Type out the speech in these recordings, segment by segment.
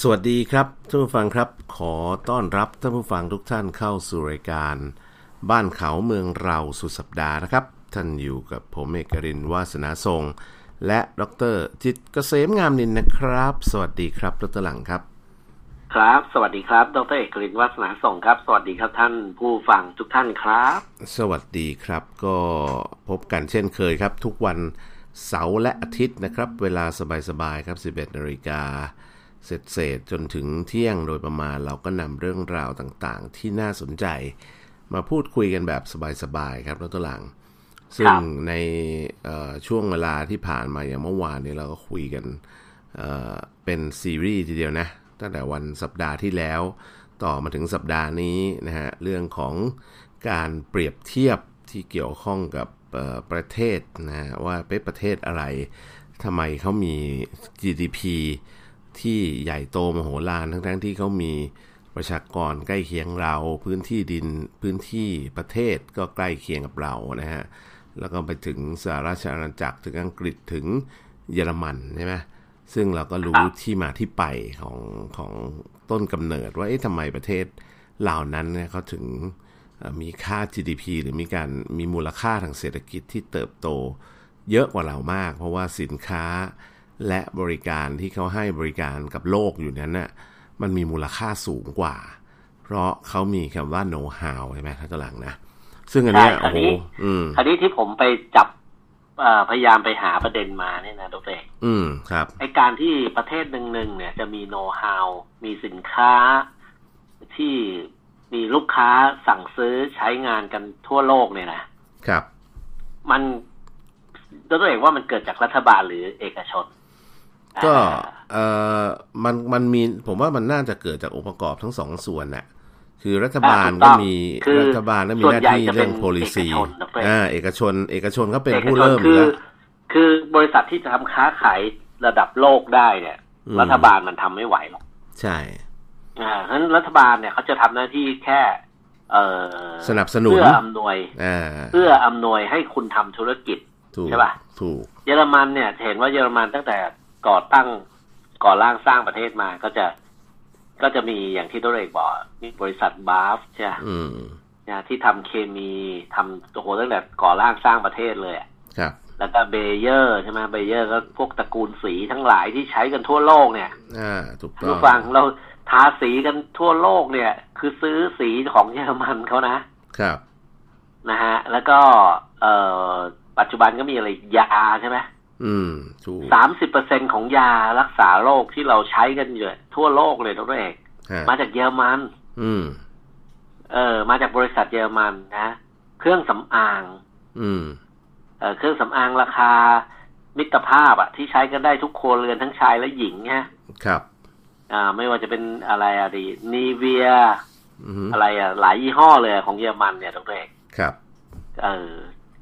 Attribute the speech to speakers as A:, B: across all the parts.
A: สวัสดีครับท่านผู้ฟังครับ ขอต้อนรับท่านผู้ฟังทุกท่านเข้าสู่รายการ บ้านเขาเมืองเราสุดสัปดาห์นะครับ ท่านอยู่กับผมเอกรินทร์วาสนาทรง และดรจิตรเกษมงามนินนะครับ สวัสดีครับดรหลังครับ
B: ครับ สวัสดีครับ ดรเอกลินวัฒนาส่งครับ สวัสดีครับท่านผู้ฟังทุกท่านครับ
A: สวัสดีครับก็พบกันเช่นเคยครับ ทุกวันเสาร์และอาทิตย์นะครับ เวลาสบายๆครับ 11นาฬิกาเสร็จเสร็จๆจนถึงเที่ยงโดยประมาณเราก็นำเรื่องราวต่างๆ ที่น่าสนใจ มาพูดคุยกันแบบสบายๆครับแล้วตัวหลัง ซึ่งในเอ่อช่วงเวลาที่ผ่านมาอย่างเมื่อวานนี้เราก็คุยกันเอ่อเป็นซีรีส์ทีเดียวนะ ตั้งแต่วันสัปดาห์ที่แล้ว ต่อมาถึงสัปดาห์นี้นะฮะเรื่องของการเปรียบเทียบที่เกี่ยวข้องกับเอ่อประเทศนะฮะว่าเป็นประเทศอะไรทำไมเขามี GDP ที่ใหญ่โตมโหฬารทั้งๆที่เขามีประชากรใกล้เคียงเรา พื้นที่ดินพื้นที่ประเทศก็ใกล้เคียงกับเรานะฮะ แล้วก็ไปถึงสหราชอาณาจักรถึงอังกฤษถึงเยอรมันใช่ไหมซึ่งเราก็รู้ที่มาที่ไปของของต้นกำเนิดว่าเอ๊ะทำไมประเทศเหล่านั้นเนี่ยเขาถึงเอ่อมีค่า GDP หรือมีการมีมูลค่าทางเศรษฐกิจที่เติบโต เยอะกว่าเรามาก เพราะว่าสินค้าและบริการที่เขาให้บริการกับโลกอยู่นั้นน่ะมันมีมูลค่าสูงกว่า เพราะเขามีคำว่า know how ใช่ไหมท่านตลังนะ ซึ่งอันเนี้ย
B: ใช่ค
A: โอ้
B: ราว
A: โห
B: นี้
A: อืม
B: คราวนี้ที่ผมไปจับเอ่อพยายามไปหาประเด็นมาเนี่ยนะดรเอก
A: อืมครับ
B: ไอการที่ประเทศหนึ่งๆเนี่ยจะมีโน้ตฮาวมีสินค้า ที่มีลูกค้าสั่งซื้อใช้งานกันทั่วโลกเนี่ยนะ
A: ครับ
B: มันดรเอกว่ามันเกิดจากรัฐบาลหรือเอกชน
A: ก็
B: อ่า
A: เออมันมันมีผมว่ามันน่าจะเกิดจากองค์ประกอบทั้งสองส่วนน่ะคือรัฐบาล
B: อ่าถูกต้
A: ก็
B: อง
A: มี
B: คือ
A: รัฐบาลก็มี
B: ส่วน
A: หน้า
B: ใหญ่
A: ที่
B: จะเป็น
A: เรื่อง policy
B: เอกชนนะเพื่อน
A: อ่าเอกชน เอกชนก็เป็น
B: อกช
A: ผู้เริ่มอ
B: คื
A: ยู่
B: อ
A: แล้ว
B: คือบริษัทที่จะทำค้าขายระดับโลกได้เนี่ย
A: อืม
B: รัฐบาลมันทำไม่ไหวหรอก
A: ใช่
B: อ่าเพราะฉะนั้นรัฐบาลเนี่ยเขาจะทำหน้าที่แค่ เออ
A: สนับสนุน
B: เพื่ออำนวย
A: อ่า
B: เพื่ออำนวยให้คุณทำธุรกิจ
A: ถูก
B: ใช่ปะ
A: ถูก
B: เยอรมันเนี่ยเห็นว่าเยอรมันตั้งแต่ก่อตั้งก่อร่างสร้างประเทศมาก็จะก็จะมีอย่างที่ตัวเอกบอกมีบริษัทบาฟใช่ไหม
A: อืม
B: นะที่ทำเคมีทำโอ้โหตั้งแต่ก่อร่างสร้างประเทศเลยอะ
A: ครับ
B: แล้วก็เบเยอร์ใช่ไหมเบเยอร์ก็พวกตระกูลสีทั้งหลายที่ใช้กันทั่วโลกเนี่ย
A: อ่าถูก
B: ท่า
A: ต้อ
B: น
A: ง
B: ผู้ฟังเราทาสีกันทั่วโลกเนี่ย คือซื้อสีของเยอรมันเขานะครับ นะฮะ แล้วก็เอ่อปัจจุบันก็มีอะไรยาใช่ไหม
A: อืมถูก
B: สามสิบเปอร์เซ็นของยารักษาโรคที่เราใช้กันอยู่ทั่วโลกเลยทุกเอก
A: ฮะ
B: มาจากเยอรมัน
A: อืม
B: เออมาจากบริษัทเยอรมันนะ เครื่องสำอาง
A: อืม
B: เออเครื่องสำอางราคามิตรภาพอะที่ใช้กันได้ทุกครัวเรือนทั้งชายและหญิงฮะ
A: ครับ
B: อ่าไม่ว่าจะเป็นอะไรอะดีนีเวีย
A: อืม
B: อะไรอะหลายยี่ห้อเลยของเยอรมันเนี่ยตรงนี้
A: ครับ
B: เออ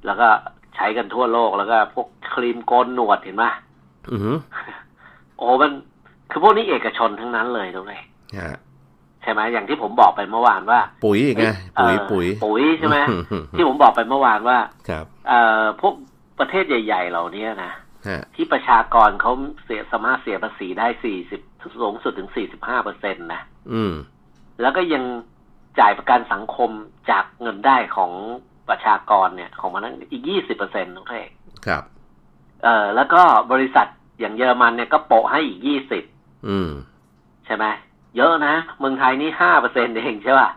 B: แล้วก็ใช้กันทั่วโลกแล้วก็พวกครีมโกนหนวดเห็นไหม
A: อืม
B: โอ้โหมันคือพวกนี้เอกชนทั้งนั้นเลยตรงนี้
A: ฮะ
B: ใช่ไหมอย่างที่ผมบอกไปเมื่อวานว่า
A: ปุ๋ยอีกไง
B: เอ่
A: ปุ๋ย
B: อ
A: ปุ๋ย
B: ปุ๋ยใช่ไหม
A: อืม
B: ที่ผมบอกไปเมื่อวานว่า
A: ครับ
B: เอ่อพวกประเทศใหญ่ ๆ เหล่านี้นะ
A: ฮะ
B: ที่ประชากรเขาเสียสามารถเสียภาษีได้สี่สิบสูงสุดถึงสี่สิบห้าเปอร์เซ็นต์นะ
A: อืม
B: แล้วก็ยังจ่ายประกันสังคมจากเงินได้ของประชากรเนี่ย ของมันนั้นอีกยี่สิบเปอร์เซ็นต์ทุกท่าน
A: ครับ
B: เอ่อแล้วก็บริษัทอย่างเยอรมันเนี่ยก็โปะให้อีกยี่สิบ
A: อืม
B: ใช่ไหมเยอะนะ เมืองไทยนี่ห้าเปอร์เซ็นต์เองใช่ป่ะ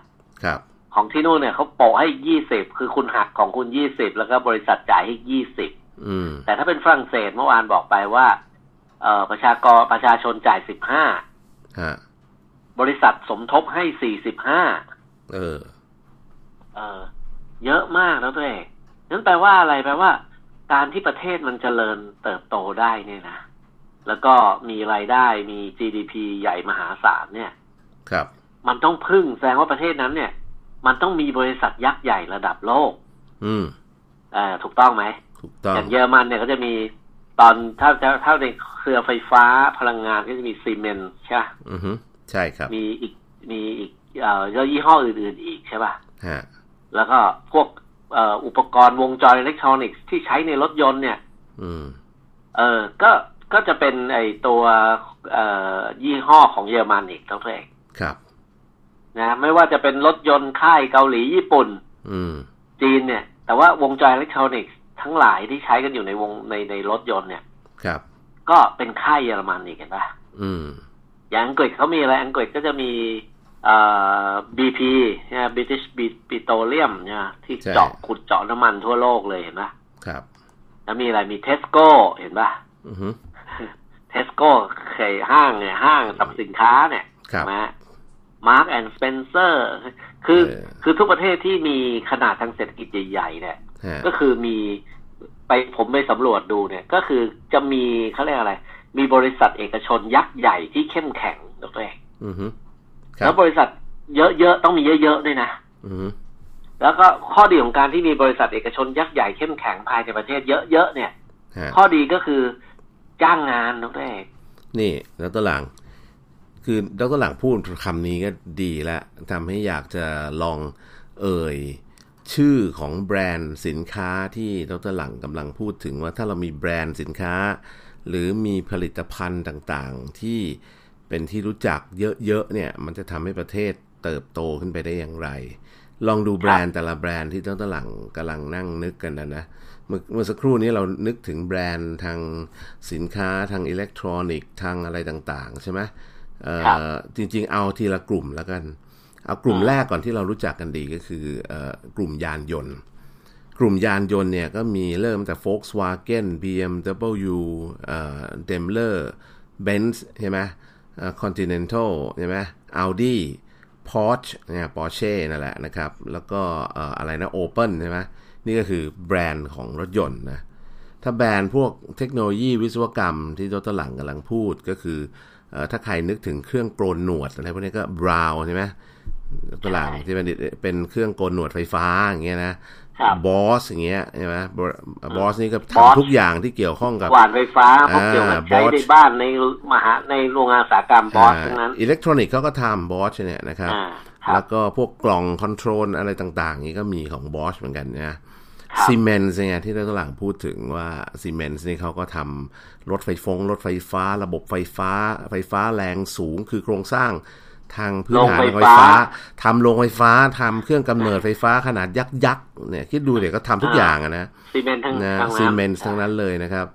A: ครับ
B: ของที่นู่นเนี่ยเขาโปะให้ยี่สิบคือคุณหักของคุณยี่สิบแล้วก็บริษัทจ่ายให้ยี่สิบ
A: อืม
B: แต่ถ้าเป็นฝรั่งเศสเมื่อวานบอกไปว่าเอ่อประชากรประชาชนจ่ายสิบห้า
A: ฮะ
B: บริษัทสมทบให้สี่สิบห้า
A: เออ
B: เออเยอะมากแล้วตัวเองนั่นแปลว่าอะไรแปลว่า การที่ประเทศมันเจริญเติบโตได้เนี่ยนะ แล้วก็มีรายได้มี GDP ใหญ่มหาศาลเนี่ย
A: ครับ
B: มันต้องพึ่งแสดงว่าประเทศนั้นเนี่ย มันต้องมีบริษัทยักษ์ใหญ่ระดับโลก
A: อืม
B: เออถูกต้องไหม
A: ถูกต้อ
B: อง ย่างเยอรมันเนี่ยก็จะมีตอนถ้าถ้าถ้าในเครือไฟฟ้าพลังงานก็จะมีซีเมนต์ใช่ปะ
A: อือฮึใช่ครับ
B: มีอีกมีอีกเอ่อแล้วยี่ห้ออื่น ๆ อีกใช่ป่ะ
A: ฮะ
B: แล้วก็พวกเอ่ออุปกรณ์วงจรอิเล็กทรอนิกส์ที่ใช้ในรถยนต์เนี่ย
A: อืม
B: เออก็ ก็จะเป็นไอตัวเอ่อยี่ห้อของเยอรมันอีกดรเอก
A: ครับ
B: นะ ไม่ว่าจะเป็นรถยนต์ค่ายเกาหลีญี่ปุ่น
A: อืม
B: จีนเนี่ย แต่ว่าวงจรอิเล็กทรอนิกส์ทั้งหลายที่ใช้กันอยู่ในวงในในรถยนต์เนี่ย
A: ครับ
B: ก็เป็นค่ายเยอรมันอีกเห็นปะ
A: อืม
B: อย่างอังกฤษเขามีอะไร อังกฤษก็จะมีเอ่อ BP เนี่ย British Petroleum เนี่ยที่
A: ใช่
B: เจาะขุดเจาะน้ำมันทั่วโลกเลยเห็นปะ
A: ครับ
B: แล้วมีอะไรมีเทสโก้เห็นปะ
A: อือฮึ
B: เทสโก้เคยห้างเนี่ยห้างสรรพสินค้าเนี่ย
A: ครับ
B: มามาร์กแอนด์สเปนเซอร์ คือ
A: เออ
B: คือทุกประเทศที่มีขนาดทางเศรษฐกิจใหญ่ๆเนี่ย
A: ฮะ
B: ก็คือมีไปผมไปสำรวจดูเนี่ย ก็คือจะมีเขาเรียกอะไร มีบริษัทเอกชนยักษ์ใหญ่ที่เข้มแข็งดรเอก
A: อือฮึครั
B: แล้
A: บ
B: วบริษัทเยอะๆต้องมีเยอะๆด้วยนะ
A: อือฮึ
B: แล้วก็ข้อดีของการที่มีบริษัทเอกชนยักษ์ใหญ่เข้มแข็งภายในประเทศเยอะๆเนี่ย
A: ฮะ
B: ข้อดีก็คือจ้างงานดรเอก
A: นี่ดรหลัง คือดรหลังพูดคำนี้ก็ดีละทำให้อยากจะลองเอ่ย ชื่อของแบรนด์สินค้าที่ดรหลังกำลังพูดถึงว่าถ้าเรามีแบรนด์สินค้า หรือมีผลิตภัณฑ์ต่างๆ ที่เป็นที่รู้จักเยอะๆเนี่ย มันจะทำให้ประเทศเติบโตขึ้นไปได้อย่างไร ลองดูแบรนด์แต่ละแบรนด์ที่ดรหลังกำลังนั่งนึกกันนะนะ เมื่อเมื่อสักครู่นี้เรานึกถึงแบรนด์ทางสินค้าทางอิเล็กทรอนิกส์ทางอะไรต่างๆ ใช่ไหมเอ่อจริงๆ เอาทีละกลุ่มแล้วกัน เอากลุ่มแรกก่อนที่เรารู้จักกันดีก็คือเออกลุ่มยานยนต์ กลุ่มยานยนต์เนี่ยก็มีเริ่มจาก Volkswagen BMW เอ่อ Daimler Benz ใช่ไหมเอ่อ Continental ใช่ไหม Audi Porsche เนี่ย Porsche นั่นแหละนะครับ แล้วก็เอ่ออะไรนะ Open ใช่ไหมนี่ก็คือแบรนด์ของรถยนต์นะ ถ้าแบรนด์พวกเทคโนโลยีวิศวกรรมที่ดรหลังกำลังพูดก็คือเออถ้าใครนึกถึงเครื่องโกนหนวดอะไรพวกนี้ก็บราวใช่ไหมดรหลังที่เป็นเป็นเครื่องโกนหนวดไฟฟ้าอย่างเงี้ยนะ
B: ครับ
A: บอสอย่างเงี้ยใช่ไหมบอสนี่ก็ทำทุกอย่างที่เกี่ยวข้องกับ
B: หวานไฟฟ้าพวกเกี่ยวกับใช้
A: อ่า Bosch
B: ในบ้านในมหาในโรงงานอุตสาหกรรมบอสทั้งนั้น
A: อิเล็กทรอนิกส์เขาก็ทำบอสเนี่ยนะครับ
B: อ่าครั
A: แล้
B: บ
A: วก็พวกกล่องคอนโทรลอะไรต่างๆ นี้ก็มีของบอสเหมือนกันนะ
B: รับ
A: ซีเมนส์เนี่ยที่เราตอนหลังพูดถึงว่าซีเมนส์นี่เขาก็ทำรถไฟฟงรถไฟฟ้า ระบบไฟฟ้า ไฟฟ้าแรงสูงคือโครงสร้างทางพื้นฐานขอ
B: โร
A: ง ง
B: ไฟ
A: ไฟฟ้า
B: ฟ้า
A: ทำโรงไฟฟ้าทำเครื่องกำเนิดไฟฟ้าขนาดยักษ์ยักษ์เนี่ยคิดดูเดี๋ยวก็ทำทุกอย่างอะนะ
B: ซีเมนต์ทั้ง
A: นะ
B: ทั้ง
A: ซี
B: นั้น
A: เมนต์ทั้งนั้นเลยนะครับ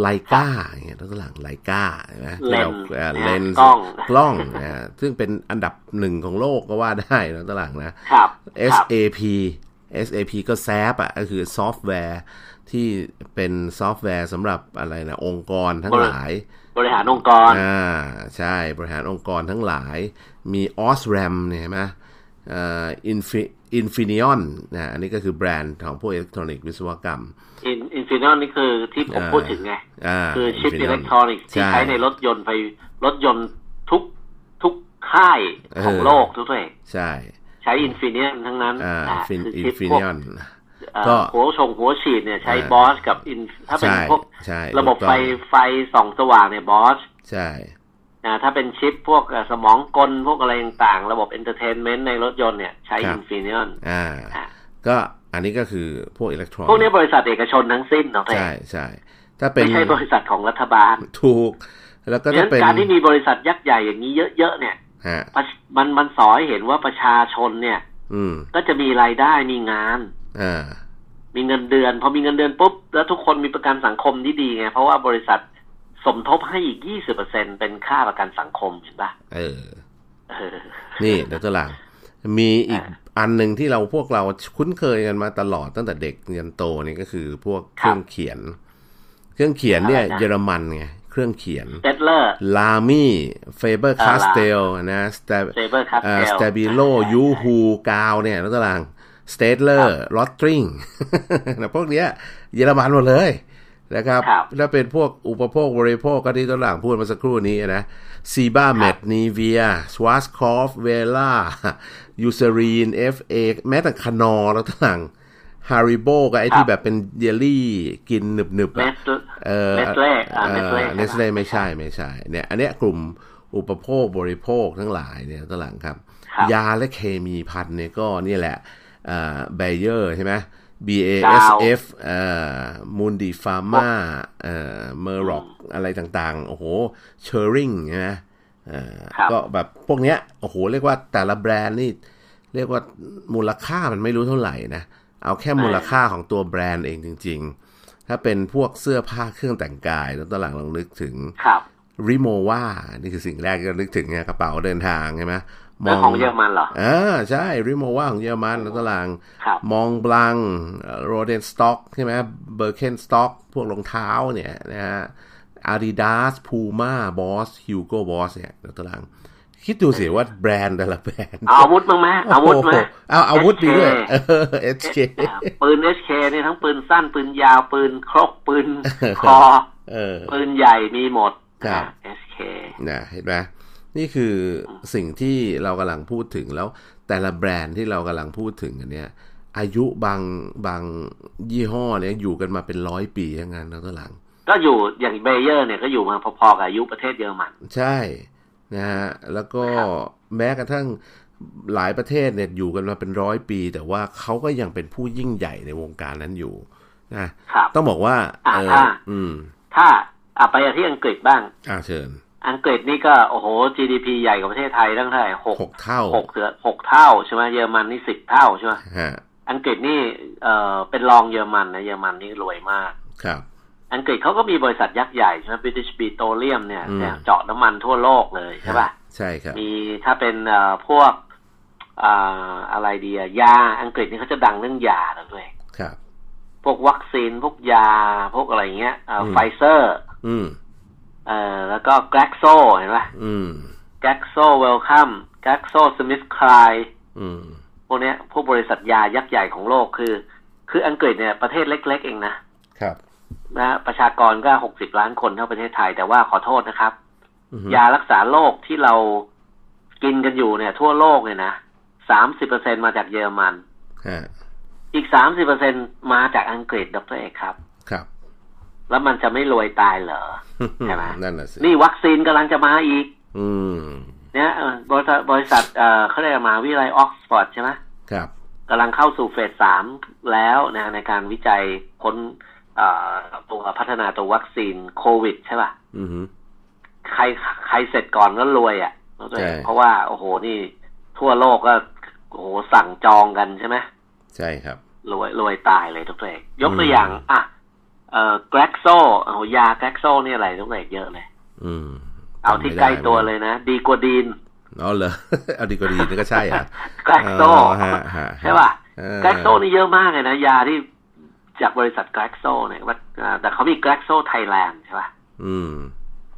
A: ไลกาอย่างเงี้ยตัวหลังไลกาใช่ไหมที่เรา
B: เลนส์
A: เอ่อ
B: นะ
A: เลนส์
B: กล้อง
A: กล้องนะฮะซึ่งเป็นอันดับหนึ่งของโลกก็ว่าได้นะตัวหลังนะ
B: ครับ ครับ
A: SAP SAP ก็แซปอ่ะก็คือซอฟต์แวร์ที่เป็นซอฟต์แวร์สำหรับอะไรนะ องค์กรทั้งหลาย
B: บริหารองค์กร
A: อ่าใช่บริหารองค์กรทั้งหลายมี o s r a m เนี่ยเห็นไหมเอ่อ Infi- Infineon นะอันนี้ก็คือแบรนด์ของพวกอิเล็กทรอนิกส์วิศวกรรม
B: อินอินฟินอลนี่คือที่ผม
A: อ่า
B: พูดถึงไง
A: อ่า
B: คือชิป
A: Infineon
B: อิเล็กทรอนิกส์ที่
A: ช่
B: ใช้ในรถยนต์ไฟรถยนต์ทุกทุกค่ายของ
A: เออ
B: โลกทุกเอง
A: ใช่
B: ใช้อินฟินิอนทั้งนั้น
A: อ่า
B: อ่า
A: ฟิน
B: คือ
A: อิน
B: ชิป
A: ฟิ
B: พวก
A: นิออน
B: เอ่อ
A: ก็
B: หัวชงหัวฉีดเนี่ยใช้
A: อ่า
B: บอสกับอินถ้าเป็น
A: ใช่
B: พวก
A: ใช่
B: ระบบ
A: ถูกต
B: ไฟ
A: ้อง
B: ไฟส่องสว่างเนี่ยบอส
A: ใช่
B: นะถ้าเป็นชิปพวกเอ่อสมองกลพวกอะไรต่างๆ ระบบเอนเตอร์เทนเมนต์ในรถยนต์เนี่ยใช้
A: ครั
B: อิ
A: บ
B: นฟินิอน
A: อ่า
B: อ่า
A: ก็อันนี้ก็คือพวกอิเล็กทรอนิ
B: พวกนี้
A: กส์
B: บริษัทเอกชนทั้งสิ้นเนาะ
A: ใช่ใช่ถ้าเป็น
B: ไม่ใช่บริษัทของรัฐบาล
A: ถูก แล้วก็
B: เพ
A: ถ้า
B: ราะฉะ
A: เป็
B: นั้น นการที่มีบริษัทยักษ์ใหญ่อย่างนี้เยอะๆเนี่ย
A: ฮะ
B: ประชมันมันสอให้เห็นว่าประชาชนเนี่ย
A: อืม
B: ก็จะมีรายได้มีงาน
A: อ่า
B: มีเงินเดือน พอมีเงินเดือนปุ๊บ แล้วทุกคนมีประกันสังคมที่ดีไง เพราะว่าบริษัทสมทบให้อีก 20%เป็นค่าประกันสังคมเห็นปะ
A: เออ
B: เออ
A: นี่เดี๋ยวตัวหลังมีอีก
B: อ่า
A: อันหนึ่งที่เราพวกเราคุ้นเคยกันมาตลอดตั้งแต่เด็กยันโตนี่ก็คือพวกเค
B: ครั
A: รื่
B: บ
A: องเขียน เครื่องเขียนเนี่ย
B: อะไรนะ
A: เยอรมันไงเครื่องเขียน
B: เตดเลอร์
A: ลามี่เฟเบอร์
B: อ่า
A: คาสเตลนะสเต
B: เซเบอร์คัสเทล
A: สเตบิโลยูฮูกาวเนี่ยแล้วตัวหลังสเตเลอร์ลอตตริง พวกเนี้ยเยอรมันหมดเลยนะครับ
B: ครับ
A: ถ้าเป็นพวกอุปโภคบริโภคก็ที่ตัวหลังพูดมาสักครู่นี้นะ ซีบ้าเมดนีเวียสวาสคอฟเวล่ายูเซรีนเอฟเอแม้แต่คานอแล้วต่างฮาริโบก็ไอ
B: ครับ
A: ที่แบบเป็นเยลลี่กินหนึบๆ
B: เม
A: อะ
B: ส
A: เออ
B: Nestle อ่า Nestle
A: เเนสเล่ไม่ใช่ไม่ใช่เนี่ยอันเนี้ยกลุ่มอุปโภคบริโภคทั้งหลายเนี่ยตลังครับ
B: ครับ
A: ยาและเคมีพันเนี่ยก็นี่แหละเอ่อเบเยอร์ใช่ไหม BASF เอ่อมูลดีฟาร์มาเอ่อเมอร์ร็อกอะไรต่างๆ โอ้โหเชอริงนะเอ่อ
B: ครับ
A: ก็แบบพวกเนี้ยโอ้โห เรียกว่าแต่ละแบรนด์นี่ เรียกว่ามูลค่ามันไม่รู้เท่าไหร่นะ เอาแค่มูลค่าของตัวแบรนด์เองจริง ๆ ถ้าเป็นพวกเสื้อผ้าเครื่องแต่งกาย แล้วตอนหลังลองนึกถึง
B: ครับ
A: ริโมวานี่คือสิ่งแรกที่เรานึกถึงไงกระเป๋าเดินทางใช่ไหม
B: เรื่องของเยอรมันเหรอ
A: อ่าใช่ริโมวาของเยอรมันแล้วตลาง
B: ครับ
A: มองบลังโรเดนสต็อกใช่ไหมเบอร์เคนสต็อกพวกรองเท้าเนี่ยนะฮะอาดิดาสพูม่าบอสฮิวโกบอสเนี่ยแล้วตลาง คิดดู สิว่าแบรนด์แต่ละแบรนด์
B: เอาอาวุธมั้างไหมอาวุธไหม
A: โโหเอาอาวุธดีด้วย
B: SK
A: เออ SK
B: ปืน HK เนี่ยทั้งปืนสั้นปืนยาวปืนครกปืนคอ
A: เออ
B: ปืนใหญ่มีหมด
A: ครับ
B: SK
A: นะเห็นไหมนี่คือสิ่งที่เรากำลังพูดถึงแล้วแต่ละแบรนด์ที่เรากำลังพูดถึงอันเนี้ยอายุบางบางยี่ห้อเนี่ยอยู่กันมาเป็นร้อยปีทั้งนั้นนะตัวหลัง
B: ก็อยู่อย่างเบเยอร์เนี่ยก็อยู่มาพอๆกับอายุประเทศเยอรมัน
A: ใช่นะฮะแล้วก็
B: ครับ
A: แม้กระทั่งหลายประเทศเนี่ยอยู่กันมาเป็นร้อยปี แต่ว่าเขาก็ยังเป็นผู้ยิ่งใหญ่ในวงการนั้นอยู่นะครับ ต้องบอกว่าเออ
B: อ่า
A: อืม
B: ถ้าอ่ะไปที่อังกฤษบ้าง
A: อ่าเชิญ
B: อังกฤษนี่ก็ โอ้โห GDP ใหญ่กว่าประเทศไทยตั้งเท่าไหร่หก
A: หกเท่า
B: หกเถือหกเท่าใช่ไหมเยอรมันนี่สิบเท่าใช่ไหม
A: ฮะ
B: อังกฤษนี่เอ่อเป็นรองเยอรมันนะเยอรมันนี่รวยมาก
A: ครับ
B: อังกฤษเขาก็มีบริษัทยักษ์ใหญ่ใช่ไหม British Petroleum เนี่ย
A: อืม
B: เนี่ยเจาะน้ำมันทั่วโลกเลยใช่ป่ะ
A: ใช่ครับ
B: มีถ้าเป็นเอ่อพวกเอ่ออะไรดีอะยาอังกฤษนี่เขาจะดังเรื่องยาแล้วด้วย
A: ครับ
B: พวกวัคซีนพวกยาพวกอะไรอย่างเงี้ย
A: อืม
B: ไฟเซอร์
A: อืม
B: เอ่อแล้วก็แกลกโซเห็นปะ
A: อืม
B: แกลกโซเวลคัมแกลกโซสมิธคลาย
A: อืม
B: พวกเนี้ยพวกบริษัทยายักษ์ใหญ่ของโลกคือ คืออังกฤษเนี่ยประเทศเล็ก ๆ เองนะครับ นะประชากรก็หกสิบล้านคนเท่าประเทศไทย แต่ว่าขอโทษนะครับ
A: อืม
B: ยารักษาโรคที่เรากินกันอยู่เนี่ย ทั่วโลกเนี่ยนะสามสิบเปอร์เซ็นมาจากเยอรมัน
A: ฮะ
B: อีกสามสิบเปอร์เซ็นมาจากอังกฤษดรเอกครับ
A: ครับ
B: แล้วมันจะไม่รวยตายเหรอ ใช่ไหม
A: นั่นแหละสิ
B: นี่วัคซีนกำลังจะมาอีก
A: อืม
B: เนี่ยเอ่อบริษัทบริษัทเอ่อเขาเรียกมหาวิทยาลัยออกซฟอร์ดใช่ไหม
A: ครับ
B: กำลังเข้าสู่เฟสสามแล้วนะในการวิจัยค้นเอ่อตัวพัฒนาตัววัคซีนโควิดใช่ป่ะ
A: อืม
B: ใครใครเสร็จก่อนก็รวยอ่ะ
A: ใช่
B: เพราะว่า โอ้โหนี่ ทั่วโลกก็โอ้โหสั่งจองกันใช่ไหม
A: ใช่ครับ
B: รวยรวยตายเลยทุกตัวเอกยกตั
A: อื
B: ว
A: ม
B: อย่าง อ่ะ เอ่อแกลกโซโอ้โหยาแกลกโซนี่อะไรทุกตัวเอกเยอะเลย
A: อืม
B: เอาที่
A: จำไม่
B: ใก
A: ได้
B: ล้ตัวเลยนะ ดีกว่าดีน
A: อ๋อเหรอ เอาดีกว่าดีนี่ก็ใช่อ่ะ
B: แกลกโซ
A: อ๋อฮะฮะ
B: ใช่ป่ะ
A: เออ
B: แกลกโซนี่เยอะมากเลยนะ ยาที่จากบริษัทแกลกโซเนี่ยว่าอ่าแต่เขามีแกลกโซไทยแลนด์ใช่ป่ะ
A: อืม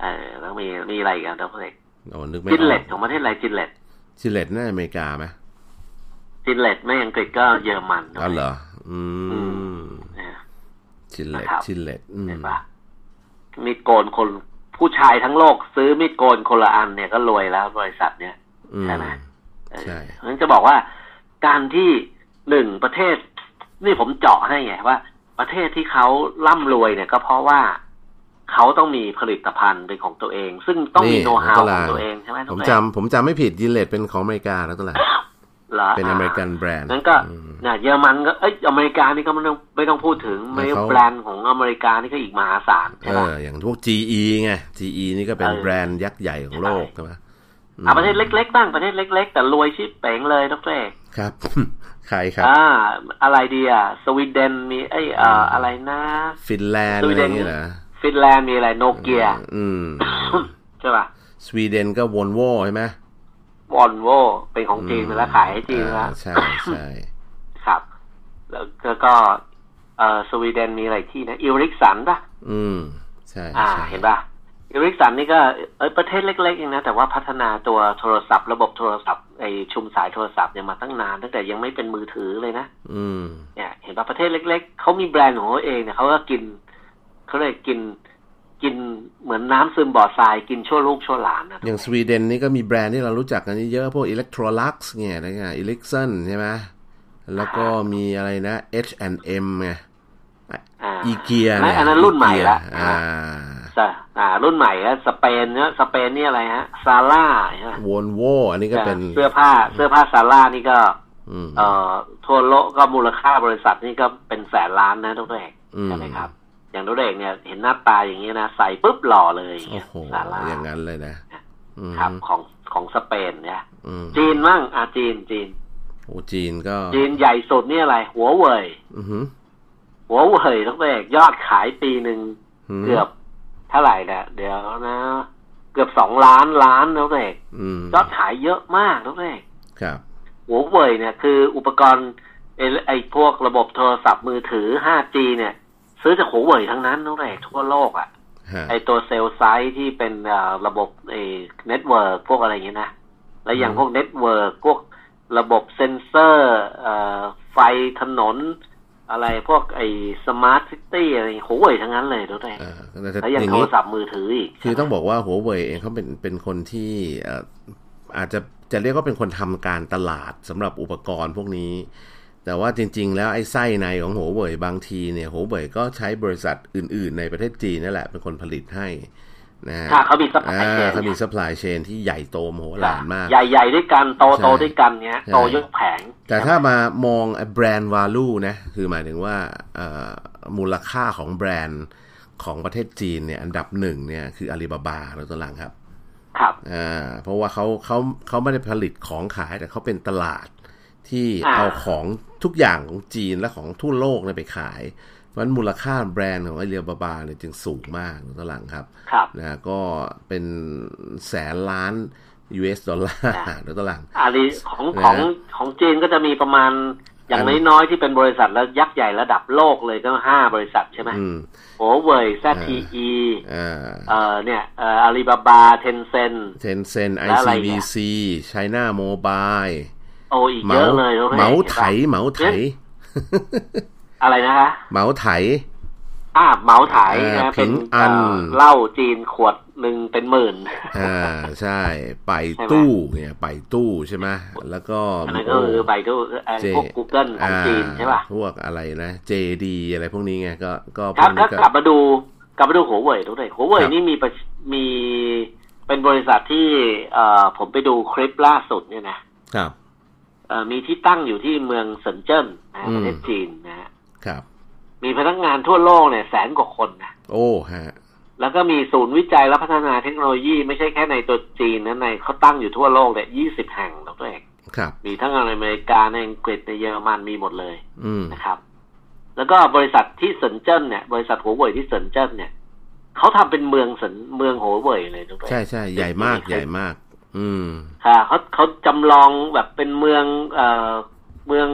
B: เออแล้วมีมีอะไรอีกันทุกตัวเอก
A: โอ้นึกไม่อ
B: จินเล
A: อก
B: ตของประเทศอะไรจินเลต
A: จิเลตน่าจะอเมริกาไหม
B: จินเลตไม่อังกฤษก็เยอรมัน
A: อ๋อเหรอ อืม
B: เออ
A: จิเลต
B: นะครับ
A: จิเลตอืม
B: เห็นปะมีดโกนคนผู้ชายทั้งโลกซื้อมีดโกนคนละอันเนี่ยก็รวยแล้วบริษัทเนี่ย
A: อืม
B: ใช่ไหม เออ
A: ใช่
B: เพราะฉะนั้นจะบอกว่าการที่หนึ่งประเทศ นี่ผมเจาะให้ไงว่า ประเทศที่เขาร่ำรวยเนี่ยก็เพราะว่าเขาต้องมีผลิตภัณฑ์เป็นของตัวเอง ซึ่งต้องมีโน้ตฮาวของตัวเองใช่ไหม
A: ผม
B: ทุกอย่า
A: จำ
B: ง
A: ผมจำไม่ผิดจิเลตเป็นของอเมริกาแล้วตลาด
B: เหรอ
A: เป็นอเมริกันแบรนด์
B: งั้นก็
A: อืม
B: น่ะเยอรมันก็เอ้ยอเมริกานี่ก็ไม่ต้องไม่ต้องพูดถึงไม่
A: เขา
B: แบรนด์ของอเมริกานี่ก็อีกมหาศาล
A: เอ
B: ใช่ปะ
A: ออย่างพวก GE ไง GE นี่ก็เป็น
B: เออ
A: แบรนด์ยักษ์ใหญ่ของโลกใช่ไหม
B: อ่ะประเทศเล็กๆบ้างประเทศเล็ก ๆ แต่รวยชิบเป๋งเลยดรเอก
A: ครับ ใครครับ
B: อ่า อะไรดีอ่ะสวีเดนมีไอ้ยเอ่ออะไรนะ
A: ฟินแลนด์อะไรอย่างเงี้ยเหรอ
B: ฟินแลนด์มีอะไรโนเกีย
A: อืม
B: ใช่ป่ะ
A: สวีเดนก็วอลโว่ใช่ไหม
B: วอนโวเป็นของจีนไปแล้วขายให้จีนไปแล้ว
A: อ่าใช่ใช่
B: ครับ แล้วแล้วก็เออสวีเดนมีอะไรที่นะอิริกสันป่ะ
A: อืม ใช่
B: อ่า
A: ใช่
B: เห็นป่ะอิริกสันนี่ก็เอยประเทศเล็กๆเองนะ แต่ว่าพัฒนาตัวโทรศัพท์ระบบโทรศัพท์ไอชุมสายโทรศัพท์เนี่ยมาตั้งนานตั้งแต่ยังไม่เป็นมือถือเลยนะ
A: อืม
B: เนี่ยเห็นป่ะประเทศเล็ก ๆเขามีแบรนด์ของเขาเองเนี่ยเขาก็กินเขาเลยกกินกินเหมือนน้ำซึมบ่อทรายกินชั่วลูกชั่วหลานนะ
A: อย่างสวีเดนนี่ก็มีแบรนด์ที่เรารู้จักกันเยอะพวก Electrolux เนี่ยนะฮะ Ericsson ใช่ไหมแล้วก็มีอะไรนะ H&M ไง
B: อ่า
A: อีเกีย
B: นนั้นอันนั้นรุ่นใหม่ละ
A: อ่า
B: สะอ่า รุ่นใหม่ฮะสเปนเนี่ยสเปนนี่อะไรฮะซาร่าใช่ไหม
A: วอลโวอันนี้ก็เป็น
B: เสื้อผ้าเสื้อผ้าซาร่านี่ก็
A: อืม
B: เอ่อทั่วโลกก็มูลค่าบริษัทนี่ก็เป็นแสนล้านนะดรเอกใช่ไหมครับ อย่างดรเอกเนี่ยเห็นหน้าตาอย่างนี้นะใส่ปุ๊บหล่อเลยอย่าง
A: โอ้
B: เงี้ย
A: โห
B: สารา
A: อย่างนั้นเลยนะ อืม
B: ครับของของสเปนเนี่ย
A: อืม
B: จีนมั่งอ่ะจีนจีน
A: โอ้จีนก็
B: จีนใหญ่สุดนี่อะไร หัวเว่ย
A: อือหือ
B: หัวเว่ยดรเอกยอดขายปีหนึ่ง
A: หื
B: เกือบเท่าไหร่นะเดี๋ยวนะ เกือบสองล้านล้านดรเอก
A: อืม
B: ยอดขายเยอะมากดรเอก
A: ครับ
B: หัวเว่ยเนี่ยคืออุปกรณ์ไอ้ไอพวกระบบโทรศัพท์มือถือ 5G เนี่ย ซื้อจากหัวเว่ยทั้งนั้นตั้งแต่ทั่วโลกอะ่ะ
A: ฮะ
B: ไอตัวเซลล์ไซต์ที่เป็นเอ่อระบบไอเน็ตเวิร์กพวกอะไรอย่างเงี้ยนะ และอย่าง
A: อืม
B: พวกเน็ตเวิร์กพวกระบบเซ็นเซอร์เอ่อไฟถนน อะไรพวกไอสมาร์ทซิตี้อะไรหัวเว่ยทั้งนั้นเลยตั้งแต่
A: เอ่อแต่แต่
B: และอ
A: อย่าง ย่าง
B: โทร
A: นี้
B: ศัพท์มือถืออีก
A: คือต้องบอกว่าหัวเว่ยเองเขาเป็นเป็นคนที่เอ่ออาจจะจะเรียกว่าเป็นคนทำการตลาดสำหรับอุปกรณ์พวกนี้ แต่ว่าจริง ๆ แล้วไอ้ไส้ในของหัวเว่ยบางทีเนี่ยหัวเว่ยก็ใช้บริษัทอื่น ๆ ในประเทศจีนนั่นแหละเป็นคนผลิตให้นะฮะ
B: ค่ะเขามีสปาย
A: อ่า
B: เชน
A: เขามีซัพพลายเชนที่ใหญ่โตมโหฬารมาก
B: ใหญ่ๆด้วยกันโต
A: ใช่
B: โตด้วยกันเนี้ยโต
A: ใช่
B: ยกแผง
A: แต่ถ้ามามองแบรนด์วาลูนะคือหมายถึงว่าเอ่อมูลค่าของแบรนด์ของประเทศจีนเนี่ยอันดับหนึ่งเนี่ยคืออาลีบาบาแล้วตัวหลังครับ
B: ครับ
A: อ่าเพราะว่าเขาเขาเขาไม่ได้ผลิตของขายแต่เขาเป็นตลาดที่
B: อ่า
A: เอาของทุกอย่างของจีนและของทั่วโลกเนี่ยไปขาย เพราะฉะนั้นมูลค่าแบรนด์ของไอเรียบาบาเนี่ยจึงสูงมากตอนหลังครับ
B: ครับ
A: นะก็เป็นแสนล้าน US ดอลลาร์ตอนหลัง
B: อาลีของ
A: นะ
B: ของของจีนก็จะมีประมาณอย่างน้อยๆที่เป็นบริษัทแล้วยักษ์ใหญ่ระดับโลกเลยก็ห้าบริษัทใช่ไหม
A: อืม
B: โอเว่ย ZTE
A: อ่า
B: เอ่อเนี่ยเอ่ออาลีบาบาเทนเซน
A: เทนเซน
B: แล้วอะไรเนี่ย
A: ICBC China Mobile
B: โออีก
A: เห
B: เย
A: มา
B: อะเลยแล้ว
A: เหมาไถเหมาไถ
B: อะไรนะคะ
A: เหมาไถ
B: อ้าเหมาไถ
A: เอ่อ
B: นะ
A: ผิ
B: เป็น
A: งอัน
B: เอ่อเหล้าจีนขวดหนึ่งเป็นหมื่น
A: อ่าใช่ไป
B: ใช่ไหม
A: ตู้เนี่ยไปตู้ใช่ไหมแล้วก็
B: อันนั้นก็คือไปก็คือไอ้พวก Google ของจีนใช่ป่ะ
A: พวกอะไรนะ JD อะไรพวกนี้ไงก็ก็พ
B: ครั
A: ว
B: บ
A: ก
B: ถ้า
A: นี้ก็
B: กลับมาดูกลับมาดูหัวเว่ยดูหน่อยหัวเว่ย
A: ครับ
B: นี่มีประชมีเป็นบริษัทที่เอ่อผมไปดูคลิปล่าสุดเนี่ยนะ
A: ครับ
B: เอ่อมีที่ตั้งอยู่ที่เมืองเซินเจิ้นนะฮะ
A: อืม
B: ประเทศจีนนะฮะ
A: ครับ
B: มีพนักงานทั่วโลกเนี่ยแสนกว่าคนนะ
A: โอ้ฮะ
B: แล้วก็มีศูนย์วิจัยและพัฒนาเทคโนโลยีไม่ใช่แค่ในตัวจีนนะในเขาตั้งอยู่ทั่วโลกเนี่ยยี่สิบแห่งนะตัวเอง
A: ครับ
B: มีทั้งในอเมริกาในอังกฤษในเยอรมันมีหมดเลย
A: อืม
B: นะครับ แล้วก็บริษัทที่เซินเจิ้นเนี่ยบริษัทหัวเว่ยที่เซินเจิ้นเนี่ยเขาทำเป็นเมืองเซินเมืองหัวเว่ยเลยทุกท่า
A: ใช่ใช่ใหญ่มากใหญ่มาก อืม
B: ค่ะเขาเขาจำลองแบบเป็นเมืองเอ่อเมือง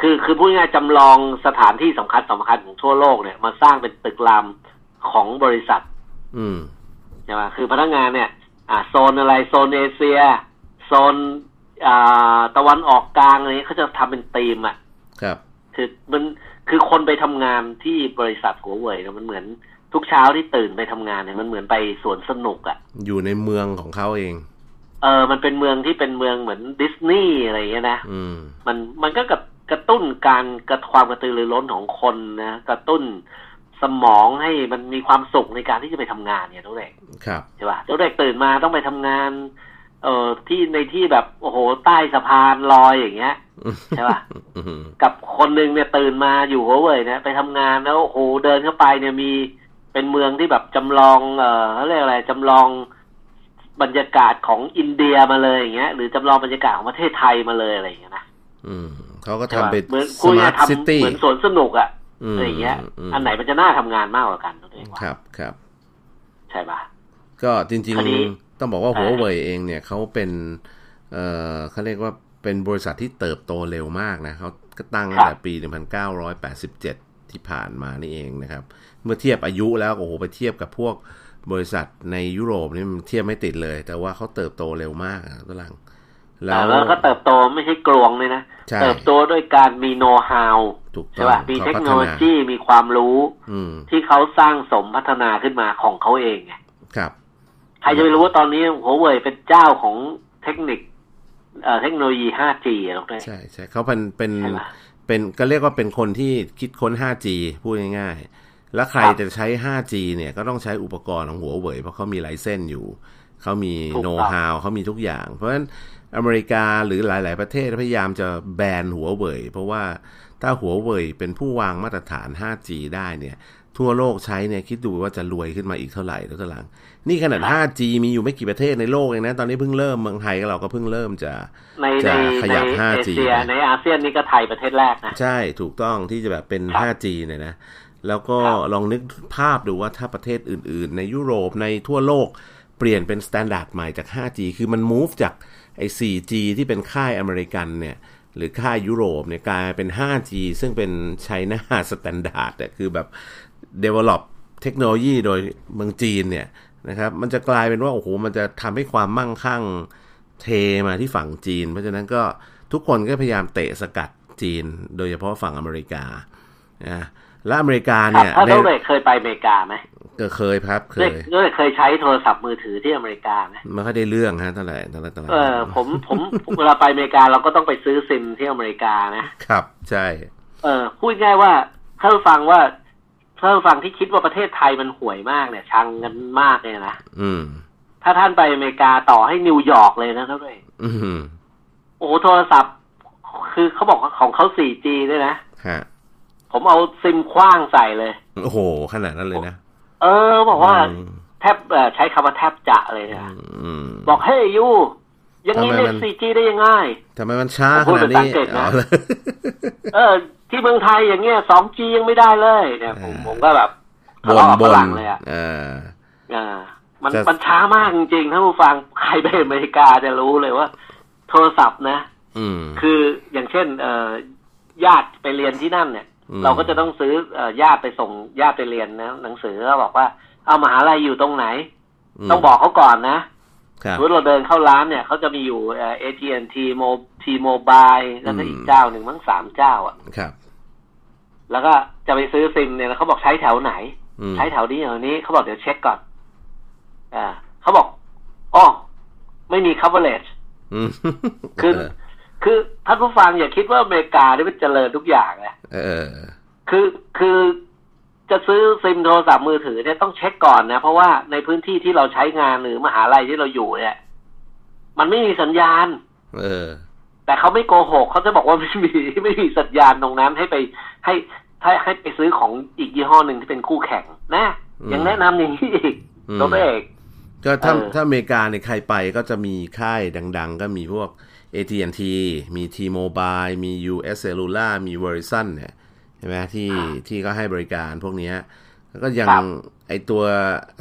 B: คือคือพูดง่ายๆจำลองสถานที่สำคัญสำคัญของทั่วโลกเนี่ยมาสร้างเป็นตึกรามของบริษัท
A: อืม
B: ใช่ไหมคือพนักงานเนี่ยอ่าโซนอะไรโซนเอเชียโซนอ่าตะวันออกกลางอะไรเงี้ยเขาจะทำเป็นธีมอ่ะ
A: ครับ
B: คือมันคือคนไปทำงานที่บริษัทหัวเว่ยเนี่ยมันเหมือนทุกเช้าที่ตื่นไปทำงานเนี่ยมันเหมือนไปสวนสนุกอ่ะ
A: อยู่ในเมืองของเขาเอง
B: เออมันเป็นเมืองที่เป็นเมืองเหมือนดิสนีย์อะไรอย่างเงี้ยนะ
A: อืม
B: มันมันก็กับกระตุ้นการกระความกระตือรือร้นของคนนะ กระตุ้นสมองให้มันมีความสุขในการที่จะไปทำงานเนี่ยตัวเด็ก
A: ครับ
B: ใช่ป่ะตัวเด็กตื่นมาต้องไปทำงาน เอ่อที่ในที่แบบโอ้โหใต้สะพานลอยอย่างเงี้ย ใช่ป่ะ
A: อืม
B: กับคนหนึ่งเนี่ยตื่นมาอยู่หัวเว่ยเนี่ยไปทำงานแล้วโอ้โหเดินเข้าไปเนี่ยมีเป็นเมืองที่แบบจำลองเอ่อเขาเรียกอะไรจำลองบรรยากาศของอินเดียมาเลยอย่างเงี้ย หรือจำลองบรรยากาศของประเทศไทยมาเลยอะไรอย่างเงี้ยนะ
A: อืมเขาก็
B: ใช่ปะ
A: ทำเป็น
B: เหมือน
A: ส
B: คุย
A: มาร์ท
B: ทำ
A: ซิตี้
B: เหมือนสวนสนุกอะ
A: อืม
B: อะไรอย่างเงี้ย
A: ม
B: อันไหนมันจะน่าทำงานมากกว่ากันตัวเองวะ
A: ครับครับ
B: ใช่ปะ
A: ก็จริง
B: คราวนี้
A: ๆ ต้องบอกว่า
B: อ่า
A: หัวเว่ยเองเนี่ยเขาเป็นเอ่อเขาเรียกว่าเป็นบริษัทที่เติบโตเร็วมากนะเขาก็ตั้งตั้งแต่ปี 1987 ที่ผ่านมานี่เองนะครับ เมื่อเทียบอายุแล้วโอ้โหไปเทียบกับพวกบริษัทในยุโรปนี่มันเทียบไม่ติดเลย แต่ว่าเขาเติบโตเร็วมากอะตัวหลัง
B: แล้วก็เติบโตไม่ใช่กลวงเลยนะ
A: ใช่
B: เติบโตด้วยการมีโน้ตฮาว
A: ถูกต้อ
B: ใช่
A: ง
B: ปะมี
A: ขา
B: เทค
A: พัฒ
B: โนโลยีมีความรู้
A: อืม
B: ที่เขาสร้างสมพัฒนาขึ้นมาของเขาเองไง
A: ครับ
B: ใครจะไปรู้ว่าตอนนี้หัวเว่ยเป็นเจ้าของเทคนิคเอ่อเทคโนโลยี 5G อะทุกท่าน
A: ใช่ใช่เขาเป็นเป็น
B: ใช่ปะ
A: เป็นก็เรียกว่าเป็นคนที่คิดค้น 5G พูดง่ายๆ แล้วใคร
B: ครับ
A: จะใช้ 5G เนี่ยก็ต้องใช้อุปกรณ์ของหัวเว่ยเพราะเขามีไลเซนส์อยู่ เขามี
B: ถูกต้อง
A: โน้ตฮาวเขามีทุกอย่าง เพราะฉะนั้น อเมริกาหรือหลาย ๆ ประเทศพยายามจะแบนหัวเว่ยเพราะว่าถ้าหัวเว่ยเป็นผู้วางมาตรฐาน 5G ได้เนี่ย ทั่วโลกใช้เนี่ยคิดดูว่าจะรวยขึ้นมาอีกเท่าไหร่แล้วตลัง นี่ขนาด 5G มีอยู่ไม่กี่ประเทศในโลกเองนะ ตอนนี้เพิ่งเริ่มเมืองไทยเราก็เพิ่งเริ่มจะ
B: ใน
A: จะ
B: ใน
A: ข
B: ใน
A: ยับ
B: เอ
A: 5G
B: เชีย
A: นะ
B: ในอาเซียนนี่ก็ไทยประเทศแรกนะ
A: ใช่ถูกต้องที่จะแบบเป็น
B: ครับ
A: 5G เนี่ยนะ แล้วก็
B: ครับ
A: ลองนึกภาพดูว่าถ้าประเทศอื่น ๆ ในยุโรปในทั่วโลกเปลี่ยนเป็นสแตนดาร์ดใหม่จาก 5G คือมัน move จากไอ้ 4G ที่เป็นค่ายอเมริกันเนี่ย หรือค่ายยุโรปเนี่ยกลายเป็น 5G ซึ่งเป็น China Standard อะคือแบบ develop เทคโนโลยีโดยเมืองจีนเนี่ยนะครับ มันจะกลายเป็นว่า โอ้โห มันจะทำให้ความมั่งคั่ง เทมาที่ฝั่งจีน เพราะฉะนั้นก็ทุกคนก็พยายามเตะสกัดจีน โดยเฉพาะฝั่งอเมริกานะและอเมริกา
B: ครับ
A: เนี่ย
B: ถ้า
A: ได้
B: เด็กเคยไปอเมริกาไหม
A: ก็เคยครับเค
B: เด็ก
A: ย
B: เด็กเคยใช้โทรศัพท์มือถือที่อเมริกาไหม
A: ไม่ค่อยได้เรื่องฮะเท่าไหร่เท่าไหร่เท่าไหร่
B: เออผมผมเวลาไปอเมริกาเราก็ต้องไปซื้อซิมที่อเมริกานะ
A: ครับใช่
B: เออพูดง่ายว่าถ้าผู้ฟังว่าถ้าผู้ฟังที่คิดว่าประเทศไทยมันห่วยมากเนี่ย ชังกันมากเลยนะ
A: อืม
B: ถ้าท่านไปอเมริกาต่อให้นิวยอร์กเลยนะท่านด้วย
A: อืม
B: โอ้โหโทรศัพท์ คือเขาบอกว่าของเขา 4G ด้วยนะ
A: ฮะ
B: ผมเอาซิมคว้างใส่เลย
A: โอ้โห ขนาดนั้นเลยนะ
B: เออ บอกว่า
A: อืม
B: แทบเอ่อใช้คำว่าแทบจะเลยนะ
A: อืม
B: บอกเฮ้ยยูยังนี้
A: ทำไม
B: เล่
A: มัน น
B: 4G ได้ยังไง
A: ทำไมมันช้าข
B: ผมพูด
A: นาด
B: ภาษา
A: นี้
B: อังกฤษนะ
A: อ๋อเลย
B: เออ ที่เมืองไทยอย่างเงี้ย 2G ยังไม่ได้เลยเนี่ยผม
A: อ่า
B: ผมก็แบบทะ
A: บน
B: เลาะ กับบฝ
A: น
B: รั่งเลยอะ
A: เออ
B: อ่ามัน
A: จะ
B: มันช้ามากจริงๆ ถ้าผู้ฟัง ใครไปอเมริกาจะรู้เลยว่า โทรศัพท์นะ
A: อืม
B: คืออย่างเช่นเอ่อญาติไปเรียนที่นั่นเนี่ย
A: อืม
B: เราก็จะต้องซื้อเอ่อญาติไปส่งญาติไปเรียนนะหนังสือก็บอกว่าเอามหาลัยอยู่ตรงไหน ต้องบอกเขาก่อนนะครับ สมมติเราเดินเข้าร้านเนี่ยเขาจะมีอยู่เอ่อ AT&T Mo T Mobile แล้วก็อีก
A: อืม
B: เจ้าหนึ่งมั้งสามเจ้าอ่ะ
A: ครับ
B: แล้วก็จะไปซื้อซิมเนี่ยแล้วเขาบอกใช้แถวไหน
A: อืม
B: ใช้แถวนี้แถวนี้เขาบอกเดี๋ยวเช็คก่อน อ่าเขาบอกอ๋อไม่มี coverage
A: อืม
B: คือ คือท่านผู้ฟังอย่าคิดว่าอเมริกาได้เป็นเจริญทุกอย่างนะ
A: เออ
B: คือคือจะซื้อซิมโทรศัพท์มือถือเนี่ยต้องเช็คก่อนนะ เพราะว่าในพื้นที่ที่เราใช้งานหรือมหาลัยที่เราอยู่เนี่ย มันไม่มีสัญญาณ
A: เออ
B: แต่เขาไม่โกหกเขาจะบอกว่าไม่มี ไม่มีสัญญาณตรงนั้นให้ไปให้ให้ให้ไปซื้อของอีกยี่ห้อหนึ่งที่เป็นคู่แข่งนะ
A: อืม
B: ยังแนะนำอย่างนี้อีก
A: อืม
B: ตัวเอก
A: ก็ถ้า
B: เออ
A: ถ้าอเมริกาเนี่ยใครไปก็จะมีค่ายดังๆ ก็มีพวก AT&T มี T-Mobile มี US Cellular มี Verizon เนี่ยใช่ไหมที่ที่ก็ให้บริการพวกเนี้ยแล้วก็ยัง
B: ครับ
A: ไอตัว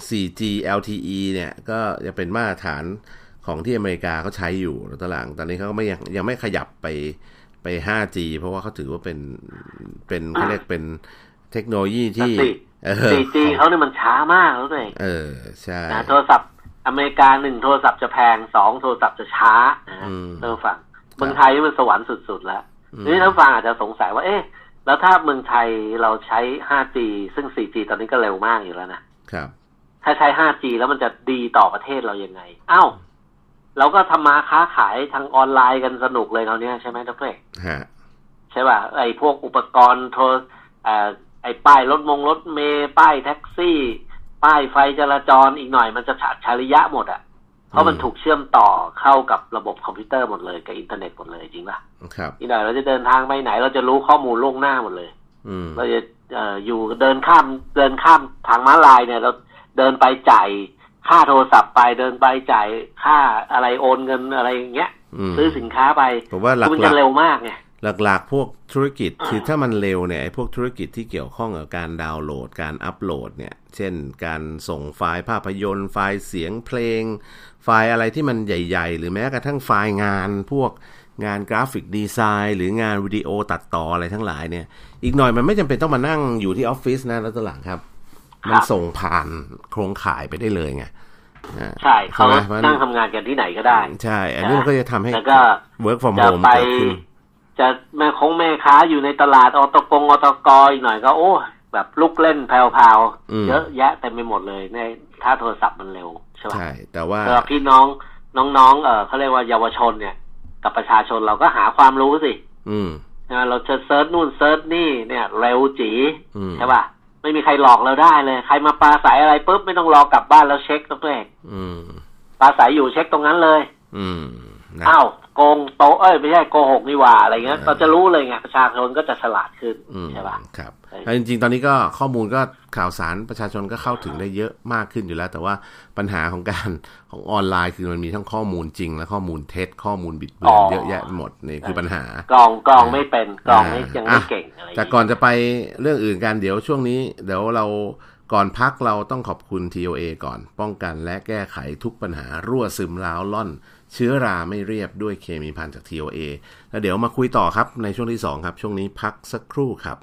A: 4G LTE เนี่ยก็จะเป็นมาตรฐานของที่อเมริกาเขาใช้อยู่แล้วตอนหลังตอนนี้เขาก็ไม่ยังยังไม่ขยับไปไป 5G เพราะว่าเขาถือว่าเป็นเป็นเขาเรียกเป็นเทคโนโลยีที่
B: แต่
A: เออ
B: 4G เขาเนี่ยมันช้ามากแล้วตัวเอง
A: เออใช่
B: นะโทรศัพท์อเมริกาหนึ่งโทรศัพท์จะแพงสองโทรศัพท์จะช้านะ
A: อืม
B: เริ่มฟังเมืองไทยนี่มันสวรรค์สุดๆแล้วนี่ท่านผู้ฟังอาจจะสงสัยว่าเอ๊ะแล้วถ้าเมืองไทยเราใช้ 5G ซึ่ง 4G ตอนนี้ก็เร็วมากอยู่แล้วนะ
A: ครับ
B: ถ้าใช้ 5G แล้วมันจะดีต่อประเทศเรายังไง อ้าว เราก็ทำมาค้าขายทางออนไลน์กันสนุกเลยเราวเนี้ยใช่ไหมทุกเพก
A: ฮะ
B: ใช่ป่ะ ไอ้พวกอุปกรณ์โทรเอ่อไอ้ป้ายรถมงรถเมย์ป้ายแท็กซี่ ป้ายไฟจราจรอีกหน่อยมันจะฉะฉริยะหมดอะ่ะ เพ
A: อื
B: ราะ
A: ม
B: มันถูกเชื่อมต่อเข้ากับระบบคอมพิวเตอร์หมดเลยกับอินเทอร์เน็ตหมดเลยจริงป่ะ
A: ครับ
B: อีกหน่อยเราจะเดินทางไปไหน เราจะรู้ข้อมูลล่วงหน้าหมดเลย
A: อืม
B: เราจะเอ่ออยู่เดินข้ามเดินข้ามทางม้าลายเนี่ย เราเดินไปจ่ายค่าโทรศัพท์ไปเดินไปจ่ายค่าอะไรโอนเงินอะไรอย่างเงี้ย
A: ม
B: ซื้อสินค้าไป
A: ผมว่าหลัก
B: มัน
A: ห
B: จะ
A: ลัก
B: เร็วมากไง
A: หลักหลักๆพวกธุร กิจคือถ้ามันเร็วเนี่ยไอ้พวกธุรกิจที่เกี่ยวข้องกับการดาวน์โหลดการอัปโหลดเนี่ย เช่น การส่งไฟล์ภาพยนตร์ ไฟล์เสียงเพลง ไฟล์อะไรที่มันใหญ่ ๆ หรือแม้กระทั่งไฟล์งานพวกงานกราฟิกดีไซน์ หรืองานวิดีโอตัดต่ออะไรทั้งหลายเนี่ย อีกหน่อยมันไม่จำเป็นต้องมานั่งอยู่ที่ออฟฟิศนะแล้วตอนหลังครับ มัน
B: ครับ
A: ส่งผ่านโครงข่ายไปได้เลยไงอ่า
B: ใช่เขา
A: ใช่ไหมมัน
B: นั่งทำงานกันที่ไหนก็ได้
A: ใช่ อันนี้มันก็จะทำให้
B: แล้วก็
A: work from
B: จะ
A: home
B: ไป
A: เกิดขึ้น
B: จะแม่คงแม่ค้าอยู่ในตลาดอตกงอตกอีกหน่อยก็ โอ้ยแบบลุกเล่นแผ่ว
A: อืม
B: ๆเยอะแยะเต็มไปหมดเลยในถ้าโทรศัพท์มันเร็วใช่ปะ
A: ใช่ แต่ว่า
B: สำหรับพี่น้องน้องๆ เออเขาเรียกว่าเยาวชนเนี่ย กับประชาชนเราก็หาความรู้สิ
A: อืม
B: นะเราจะเซิร์ชนู่นเซิร์ชนี่เนี่ยเร็วจี
A: อืม
B: ใช่ป่ะไม่มีใครหลอกเราได้เลย ใครมาปลาใสอะไรปุ๊บไม่ต้องรอกลับบ้านแล้วเช็คตัวเอง
A: อืม
B: ปลาใสอยู่เช็คตรงนั้นเลย
A: อืม นะ
B: อ้าวโกงโตะเอ้ยไม่ใช่โกหกนี่หว่าอะไรเงี้ย
A: เออ
B: เราจะรู้เลยไงประชาชนก็จะฉลาดขึ้น
A: อืม
B: ใช่ปะ
A: ครับ
B: เออ
A: แล้วจริงๆ ตอนนี้ก็ข้อมูลก็ข่าวสารประชาชนก็เข้าถึงได้เยอะมากขึ้นอยู่แล้ว แต่ว่าปัญหาของการ ของออนไลน์คือมันมีทั้งข้อมูลจริง และข้อมูลเท็จข้อมูลบิดเบือนเยอะแยะหมดนี่คือปัญหา
B: กรองกรองไม่เป็นกรองไม่
A: อ่ายั
B: ยังไม่
A: อ่ะ
B: เก่งอะไร
A: แต่ก่อนจะไปเรื่องอื่นกันเดี๋ยวช่วงนี้ เดี๋ยวเราก่อนพักเราต้องขอบคุณ TOA ก่อน ป้องกันและแก้ไขทุกปัญหารั่วซึมร้าวล่อน เชื้อราไม่เรียบด้วยเคมีพันจาก TOA แล้วเดี๋ยวมาคุยต่อครับในช่วงที่ 2 ครับ ช่วงนี้พักสักครู่ครับ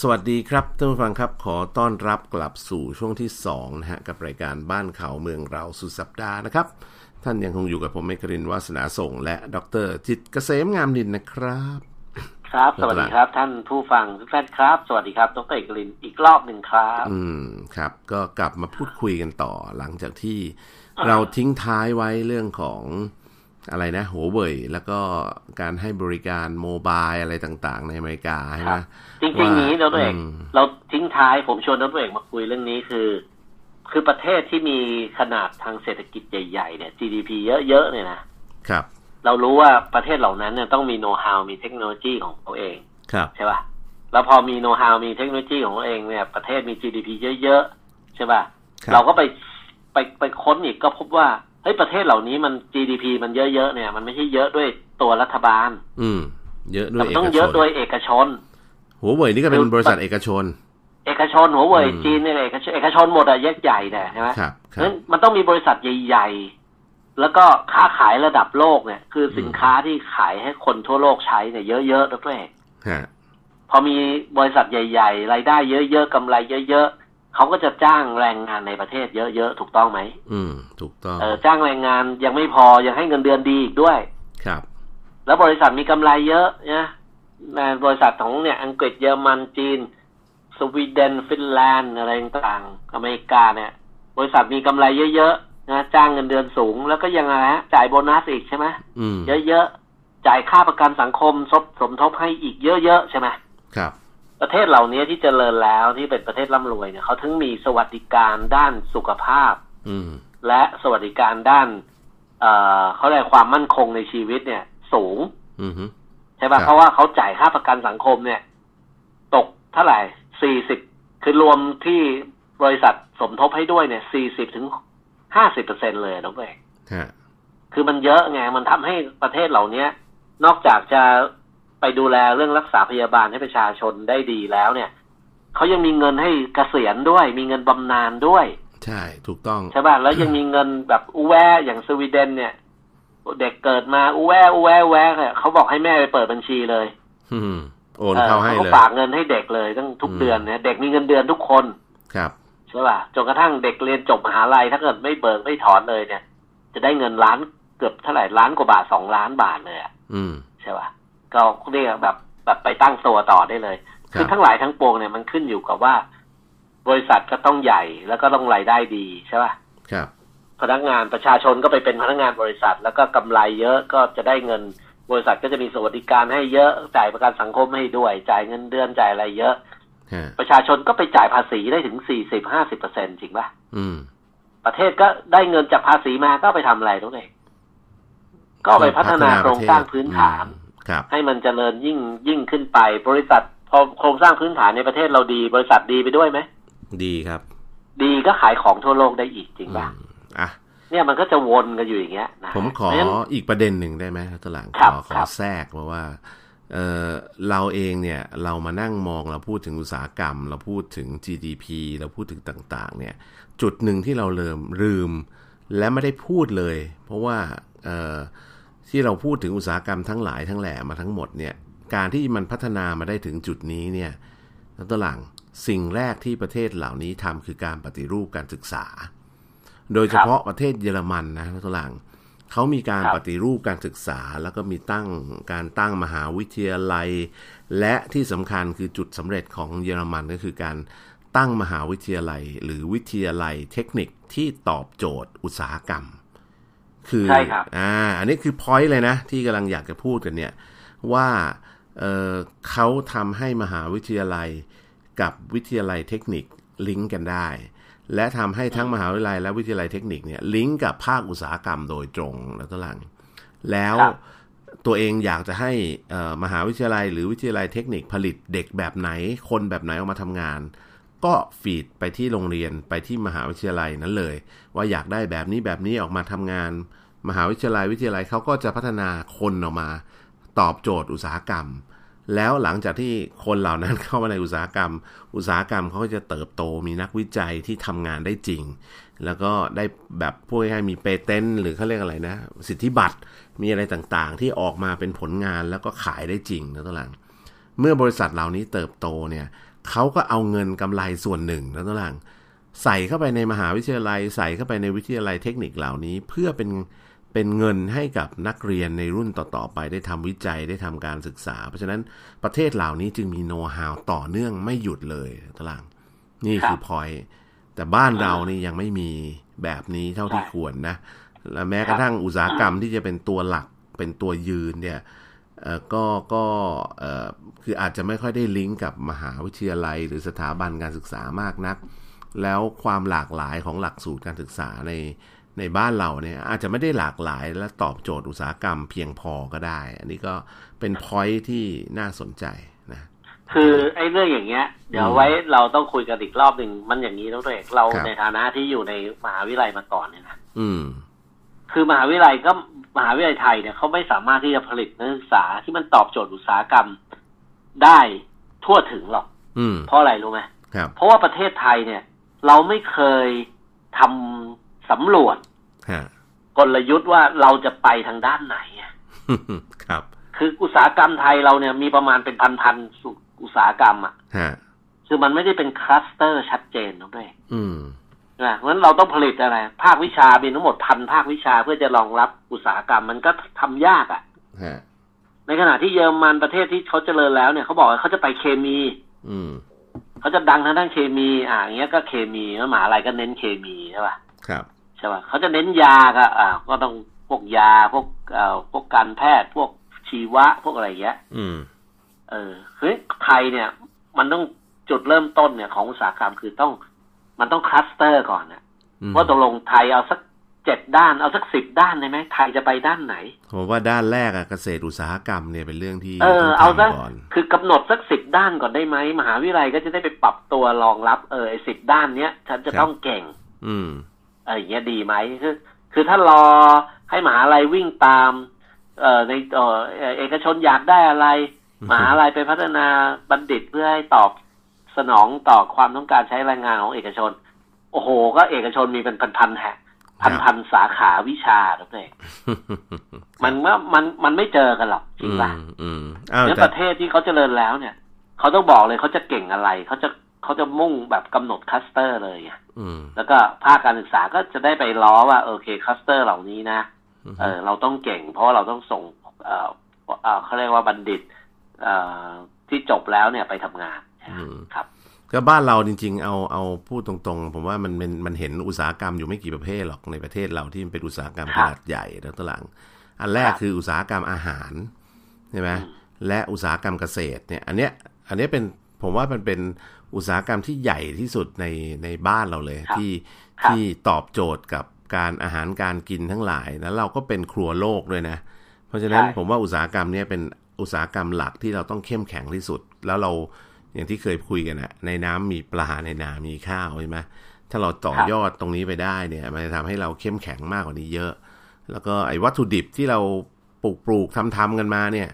A: สวัสดีครับท่านผู้ฟังครับขอต้อนรับกลับสู่ช่วงที่2นะฮะกับรายการบ้านเขาเมืองเราสุดสัปดาห์นะครับ ท่านยังคงอยู่กับผมเมฆรินทร์วาสนาส่ง และดรจิตรเกษมงามดินนะครับ
B: ครับ สวัสดีครับ ท่านผู้ฟังทุกท่านครับ สวัสดีครับดรเอกลินอีกรอบหนึ่งครับ
A: อืมครับก็กลับมาพูดคุยกันต่อหลังจากที่เราทิ้งท้ายไว้เรื่องของอะไรนะหัวเว่ยแล้วก็การให้บริการโมบายอะไรต่างๆ ในอเมริกาใช่ไหม
B: จริงๆนี้ดรเอก
A: อืม
B: เราทิ้งท้ายผมชวนดรเอกมาคุยเรื่องนี้คือ คือประเทศที่มีขนาดทางเศรษฐกิจใหญ่ๆเนี่ย GDP เยอะๆเนี่ยนะครับ เรารู้ว่าประเทศเหล่านั้นเนี่ยต้องมีโน้ตฮาวมีเทคโนโลยีของตัวเอง
A: ครับ
B: ใช่ป่ะ แล้วพอมีโน้ตฮาวมีเทคโนโลยีของตัวเองเนี่ย ประเทศมี GDP เยอะๆ ใช่ป่ะ
A: ครับ
B: เราก็ไปไปไปค้นอีกก็พบว่า เฮ้ย ประเทศเหล่านี้มัน GDP มันเยอะๆ เนี่ย มันไม่ใช่เยอะด้วยตัวรัฐบาล
A: อืมเยอะด้ว
B: แต่
A: ย
B: มั
A: เอน ก
B: ต้อง
A: ช
B: เยอะ
A: น
B: โดยเอกชน
A: หัวเว่ยนี่ก็เป็นบริษัทเอกชน
B: เอกชนหัวเว่ย
A: อืม
B: จีนเนี่ยเอกชนเอกชนหมดอะยักษ์ใหญ่เนี่ยใช่ไหม
A: ครับค
B: เพ
A: รั
B: ราะ
A: บ
B: ฉะนั้นมันต้องมีบริษัทใหญ่ๆ แล้วก็ค้าขายระดับโลกเนี่ย คือสินค้าที่ขายให้คนทั่วโลกใช้เนี่ยเยอะๆด้วย
A: ฮะ
B: พอมีบริษัทใหญ่ๆ รายได้เยอะๆกำไรเยอะๆเขาก็จะจ้างแรงงานในประเทศเยอะๆ ถูกต้องไหม
A: อืม ถูกต้อง
B: เออจ้างแรงงานยังไม่พอยังให้เงินเดือนดีอีกด้วย
A: ครับ
B: แล้วบริษัทมีกำไรเยอะนะแม่บริษัทของเนี่ยอังกฤษเยอรมันจีน สวีเดนฟินแลนด์อะไรต่างๆอเมริกาเนี่ย บริษัทมีกำไรเยอะๆนะจ้างเงินเดือนสูง แล้วก็ยังไงฮะจ่ายโบนัสอีกใช่ไหม
A: อืม
B: เยอะๆจ่ายค่าประกันสังคมสมสมทบให้อีกเยอะๆใช่ไหม
A: ครับ
B: ประเทศเหล่านี้ที่เจริญแล้วที่เป็นประเทศร่ำรวยเนี่ยเขาถึงมีสวัสดิการด้านสุขภาพ
A: อืม
B: และสวัสดิการด้าน เอ่อเขาเรียกความมั่นคงในชีวิตเนี่ย สูง
A: อืมฮึ
B: ใช่
A: ครั
B: ปะ่ะ
A: บ
B: เพราะว่าเขาจ่ายค่าประกันสังคมเนี่ย ตกเท่าไหร่สี่สิบคือรวมที่บริษัทสมทบให้ด้วยเนี่ยสี่สิบถึงห้าสิบเปอร์เซ็นเลยน้องเอก
A: ฮะ
B: คือมันเยอะไงมันทำให้ประเทศเหล่านี้นอกจากจะไปดูแลเรื่องรักษาพยาบาลให้ประชาชนได้ดีแล้วเนี่ย เขายังมีเงินให้เกษียณด้วย มีเงินบำนาญด้วย
A: ใช่ ถูกต้อง
B: ใช่ป่ะ แล้วยังมีเงินแบบอูแวอย่างสวีเดนเนี่ย เด็กเกิดมาอูแวอูแวอูแวเนี่ยเขาบอกให้แม่ไปเปิดบัญชีเลย
A: อืม โอนเข้าให้
B: ออ
A: เลย
B: ก็ฝากเงินให้เด็กเลยตั้งทุก
A: อืม
B: เดือนเนี่ยเด็กมีเงินเดือนทุกคน
A: ครับ
B: ใช่ป่ะจนกระทั่งเด็กเรียนจบมหาลัยถ้าเกิดไม่เบิกไม่ถอนเลยเนี่ย จะได้เงินล้านเกือบเท่าไหร่ล้านกว่าบาทสองล้านบาทเลยอะ
A: อืม
B: ใช่ป่ะก็เรียกแบบแบบไปตั้งตัวต่อได้เลย
A: ค
B: คื
A: รั
B: อบ ทั้งหลายทั้งปวงเนี่ยมันขึ้นอยู่กับว่า บริษัทก็ต้องใหญ่แล้วก็ต้องรายได้ดีใช่ป่ะ
A: ครับ
B: พนักงานประชาชนก็ไปเป็นพนักงานบริษัท แล้วก็กำไรเยอะก็จะได้เงินบริษัทก็จะมีสวัสดิการให้เยอะจ่ายประกันสังคมให้ด้วย จ่ายเงินเดือนจ่ายอะไรเยอะ
A: ฮะ
B: ประชาชนก็ไปจ่ายภาษีได้ถึงสี่สิบห้าสิบเปอร์เซ็นจริงป่ะ
A: อืม
B: ประเทศก็ได้เงินจากภาษีมาก็เอาไปทำอะไรตรงไหนก็เอาไปพัฒนาโครงสร้างพื้นฐาน
A: ครับ
B: ให้มันเจริญยิ่งยิ่งขึ้นไป บริษัทพอโครงสร้างพื้นฐานในประเทศเราดี บริษัทดีไปด้วยไหม
A: ดีครับ
B: ดีก็ขายของทั่วโลกได้อีกจริง
A: อื
B: ป่ะ
A: มอ่ะ
B: เนี่ยมันก็จะวนกันอยู่อย่างเงี้ยนะ
A: ผมขอ
B: เพราะฉะนั้น
A: อีกประเด็นหนึ่งได้ไหมครับตวหลังข
B: ครั
A: อบ ข
B: ค
A: อ
B: รับ
A: แทรกเพราะว่าเออเราเองเนี่ยเรามานั่งมองเราพูดถึงอุตสาหกรรม เราพูดถึง GDP เราพูดถึงต่างๆ เนี่ย จุดหนึ่งที่เราเริ่มลืม และไม่ได้พูดเลย เพราะว่าเอ่อที่เราพูดถึงอุตสาหกรรมทั้งหลายทั้งแหล่มาทั้งหมดเนี่ยการที่มันพัฒนามาได้ถึงจุดนี้เนี่ยแล้วตัวหลังสิ่งแรกที่ประเทศเหล่านี้ทำคือการปฏิรูปการศึกษา โดยเฉพาะประเทศเยอรมันนะตัวหลัง เขามีการ
B: ครับ
A: ปฏิรูปการศึกษา แล้วก็มีตั้งการตั้งมหาวิทยาลัย และที่สำคัญคือจุดสำเร็จของเยอรมันก็คือการตั้งมหาวิทยาลัย หรือวิทยาลัยเทคนิคที่ตอบโจทย์อุตสาหกรรม คือ
B: ใช่ครับ
A: อ่าอันนี้คือพอยต์เลยนะ ที่กำลังอยากจะพูดกันเนี่ยว่าเอ่อเขาทำให้มหาวิทยาลัย กับวิทยาลัยเทคนิคลิงก์กันได้ และทำให้ทั้งมหาวิทยาลัยและวิทยาลัยเทคนิคเนี่ยลิงก์กับภาคอุตสาหกรรมโดยตรงแล้วก็หลัง แล้ว
B: ครับ
A: ตัวเองอยากจะให้เอ่อมหาวิทยาลัย หรือวิทยาลัยเทคนิคผลิตเด็กแบบไหน คนแบบไหนออกมาทำงาน ก็ฟีดไปที่โรงเรียนไปที่มหาวิทยาลัยนั้นเลย ว่าอยากได้แบบนี้แบบนี้ออกมาทำงาน มหาวิทยาลัยวิทยาลัยเขาก็จะพัฒนาคนออกมา ตอบโจทย์อุตสาหกรรม แล้วหลังจากที่คนเหล่านั้น เข้ามาในอุตสาหกรรม อุตสาหกรรมเขาก็จะเติบโตมีนักวิจัยที่ทำงานได้จริง แล้วก็ได้แบบพูดง่ายๆมีเปเตนต์หรือเขาเรียกอะไรนะ สิทธิบัตรมีอะไรต่างๆ ที่ออกมาเป็นผลงานแล้วก็ขายได้จริงนะตัวหลัง เมื่อบริษัทเหล่านี้เติบโตเนี่ยเขาก็เอาเงินกำไรส่วนหนึ่งนะตัวหลัง ใส่เข้าไปในมหาวิทยาลัย ใส่เข้าไปในวิทยาลัยเทคนิคเหล่านี้ เพื่อเป็นเป็นเงินให้กับนักเรียนในรุ่นต่อๆไปได้ทำวิจัยได้ทำการศึกษา เพราะฉะนั้นประเทศเหล่านี้จึงมีโน้ตฮาวต่อเนื่องไม่หยุดเลยนะตัวหลัง นี่คือพอย แต่บ้านเรานี่ยังไม่มีแบบนี้เท่าที่
B: ใช่
A: ควรนะ และแม้กระทั่งอุตสาหกรรมที่จะเป็นตัวหลักเป็นตัวยืนเนี่ยเอ่อก็ก็เอ่อคืออาจจะไม่ค่อยได้ลิงก์กับมหาวิทยาลัย หรือสถาบันการศึกษามากนัก แล้วความหลากหลายของหลักสูตรการศึกษาในในบ้านเราเนี่ยอาจจะไม่ได้หลากหลายและตอบโจทย์อุตสาหกรรมเพียงพอก็ได้ อันนี้ก็เป็นพอยที่น่าสนใจนะ
B: คือไอ้เรื่องอย่างเงี้ย เดี๋ยว
A: อืม
B: ไว้เราต้องคุยกันอีกรอบหนึ่งมันอย่างนี้ต้องเอกเรา
A: ครับ
B: ในฐานะที่อยู่ในมหาวิทยาลัยมาก่อนเนี่ยนะ
A: อืม
B: คือมหาวิทยาลัยก็มหาวิทยาลัยไทยเนี่ยเขาไม่สามารถที่จะผลิตนักศึกษาที่มันตอบโจทย์อุตสาหกรรมได้ทั่วถึงหรอก
A: อืม
B: เพราะอะไรรู้ไหม
A: ครับ
B: เพราะว่าประเทศไทยเนี่ย เราไม่เคยทำสำรวจ
A: ฮะ
B: กลยุทธ์ว่าเราจะไปทางด้านไหนอะ
A: ครับ
B: คืออุตสาหกรรมไทยเราเนี่ยมีประมาณเป็นพันๆสุอุตสาหกรรมอ่ะ
A: ฮะ
B: คือมันไม่ได้เป็นคลัสเตอร์ชัดเจนนะเว้ย
A: อืม
B: นะเพราะฉะนั้นเราต้องผลิตอะไร ภาควิชามีทั้งหมดพันภาควิชาเพื่อจะรองรับอุตสาหกรรมมันก็ทำยากอ่ะ
A: ฮะ
B: ในขณะที่เยอรมันประเทศที่เขาเจริญแล้วเนี่ยเขาบอกว่าเขาจะไปเคมี
A: อืม
B: เขาจะดังทางด้านเคมี อ่าอย่างเงี้ยก็เคมีแล้วมหาลัยก็เน้นเคมีใช่ป่ะ
A: ครับ
B: ใช่ป่ะเขาจะเน้นยาก็อ่าก็ต้องพวกยาพวกเอ่อพวกการแพทย์พวกชีวะพวกอะไรอย่างเงี้ย
A: อืม
B: เออเฮ้ยไทยเนี่ย มันต้องจุดเริ่มต้นเนี่ยของอุตสาหกรรมคือต้อง มันต้องคลัสเตอร์ก่อนนะ
A: อืม
B: ว่าตกลงไทยเอาสักเจ็ดด้านเอาสักสิบด้านได้ไหมไทยจะไปด้านไหน
A: ผมว่าด้านแรกอะเกษตรอุตสาหกรรมเนี่ยเป็นเรื่องที่
B: เออ
A: ต้ง
B: เอาสัก
A: ทำก่อน
B: คือกำหนดสักสิบด้านก่อนได้ไหมมหาวิทยาลัยก็จะได้ไปปรับตัวรองรับเออสิบด้านเนี้ยฉันจะต้องเก่ง
A: อืม
B: เอออย่างเงี้ยดีไหมคือคือถ้ารอให้มหาลัยวิ่งตาม เอ่อในเอ่อเอ่อเอกชนอยากได้อะไร
A: อือฮึ
B: มหาลัยไปพัฒนาบัณฑิตเพื่อให้ตอบสนองต่อความต้องการใช้แรงงานของเอกชน โอ้โห ก็เอกชนมีเป็นพันๆแห่งพันพันๆสาขาวิชาทุกเองมันว่ามันมันไม่เจอกันหรอกจริ
A: อืม
B: งป่ะ
A: อืมอ้าว
B: งั้น
A: แต่
B: ประเทศที่เขาเจริญแล้วเนี่ย เขาต้องบอกเลยเขาจะเก่งอะไรเขาจะเขาจะมุ่งแบบกำหนดคลัสเตอร์เลยไง
A: อืม
B: แล้วก็ภาคการศึกษาก็จะได้ไปล้อว่าโอเคคลัสเตอร์เหล่านี้นะ
A: อืม
B: เออเราต้องเก่ง เพราะว่าเราต้องส่งเออเอ่อเขาเรียกว่าบัณฑิตเอ่อที่จบแล้วเนี่ยไปทำงาน
A: ม
B: ครับ
A: ก็บ้านเราจริง ๆ เอาเอาพูดตรงๆ ผมว่ามันมันมันเห็นอุตสาหกรรมอยู่ไม่กี่ประเภทหรอกในประเทศเราที่มันเป็นอุตสาหกรรม
B: ค
A: ข
B: รับ
A: นาดใหญ่นะตวหลัง อันแรก
B: ครับ
A: คืออุตสาหกรรมอาหารใช่ไหมและอุตสาหกรรมเกษตรเนี่ย อันเนี้ยอันเนี้ยเป็นผมว่ามันเป็นอุตสาหกรรมที่ใหญ่ที่สุดในในบ้านเราเลย
B: ครับ
A: ที่
B: ครับ
A: ที่ตอบโจทย์กับการอาหารการกินทั้งหลายแล้วเราก็เป็นครัวโลกด้วยนะ เพราะฉะนั้น
B: ใช่
A: ผมว่าอุตสาหกรรมเนี่ยเป็นอุตสาหกรรมหลักที่เราต้องเข้มแข็งที่สุด แล้วเราอย่างที่เคยคุยกันอะในน้ำมีปลาในนา มีข้าวใช่ไหมถ้าเราต่อยอดตรงนี้ไปได้เนี่ย มันจะทำให้เราเข้มแข็งมากกว่านี้เยอะ แล้วก็ไอ้วัตถุดิบที่เราปลูกปลูกทำทำๆกันมาเนี่ย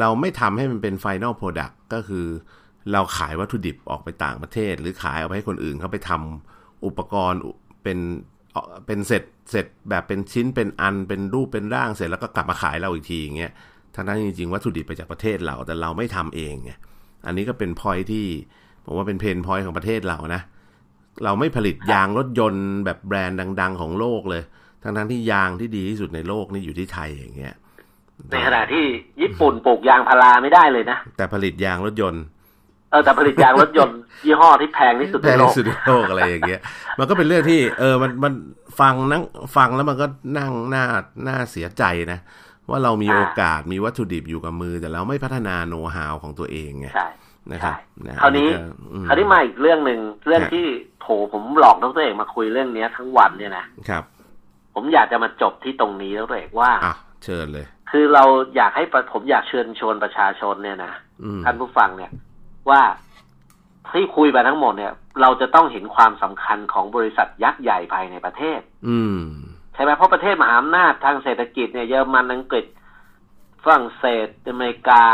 A: เราไม่ทำให้มันเป็น Final Product ก็คือเราขายวัตถุดิบออกไปต่างประเทศ หรือขายออกไปให้คนอื่นเขาไปทำอุปกรณ์เป็นเป็นเสร็จเสร็จแบบเป็นชิ้นเป็นอันเป็นรูปเป็นร่างเสร็จแล้วก็กลับมาขายเราอีกทีอย่างเงี้ยทั้งนั้นจริงๆวัตถุดิบไปจากประเทศเราแต่เราไม่ทำเองไงอันนี้ก็เป็นพอยที่ผมว่าเป็นเพนพอยของประเทศเรานะ เราไม่ผลิตยางรถยนต์แบบแบรนด์ดัง ๆ ของโลกเลย ทั้งนั้นที่ยางที่ดีที่สุดในโลกนี่อยู่ที่ไทยอย่างเงี้ย
B: ในขณะที่ญี่ปุ่นปลูกยางพาราไม่ได้เลยนะ
A: แต่ผลิตยางรถยนต์
B: เออแต่ผลิตยางรถยนต์ยี่ห้อที่แพงที่สุด
A: แพ
B: ใน
A: ง
B: โลก
A: ที่สุดในโลกอะไรอย่างเงี้ย มันก็เป็นเรื่องที่ เออมันมันฟังนั่งฟังแล้วมันก็นั่งหน้าหน้าเสียใจนะ ว่าเรามี
B: อ่า
A: โอกาสมีวัตถุดิบอยู่กับมือ แต่เราไม่พัฒนาโน้ตฮาวของตัวเองไง
B: ใช่
A: นะครับะ
B: คราวนี้
A: ก็อื
B: คราวนี้มาอีกเรื่องหนึ่งเรื่อง
A: ฮะ
B: ที่โผผมหลอกดรเอกมาคุยเรื่องเนี้ยทั้งวันเนี่ยนะครับ ผมอยากจะมาจบที่ตรงนี้ดรเอกว่า
A: อ่ะเชิญเลย
B: คือเราอยากให้ประผมอยากเชิญชวนประชาชนเนี่ยนะ
A: อืม
B: ท่านผู้ฟังเนี่ยว่าที่คุยไปทั้งหมดเนี่ย เราจะต้องเห็นความสำคัญของบริษัทยักษ์ใหญ่ภายในประเทศ
A: อืม
B: ใช่ไหมเพราะประเทศมหาอำนาจทางเศรษฐกิจเนี่ยเยอรมันอังกฤษฝรั่งเศสอเมริกา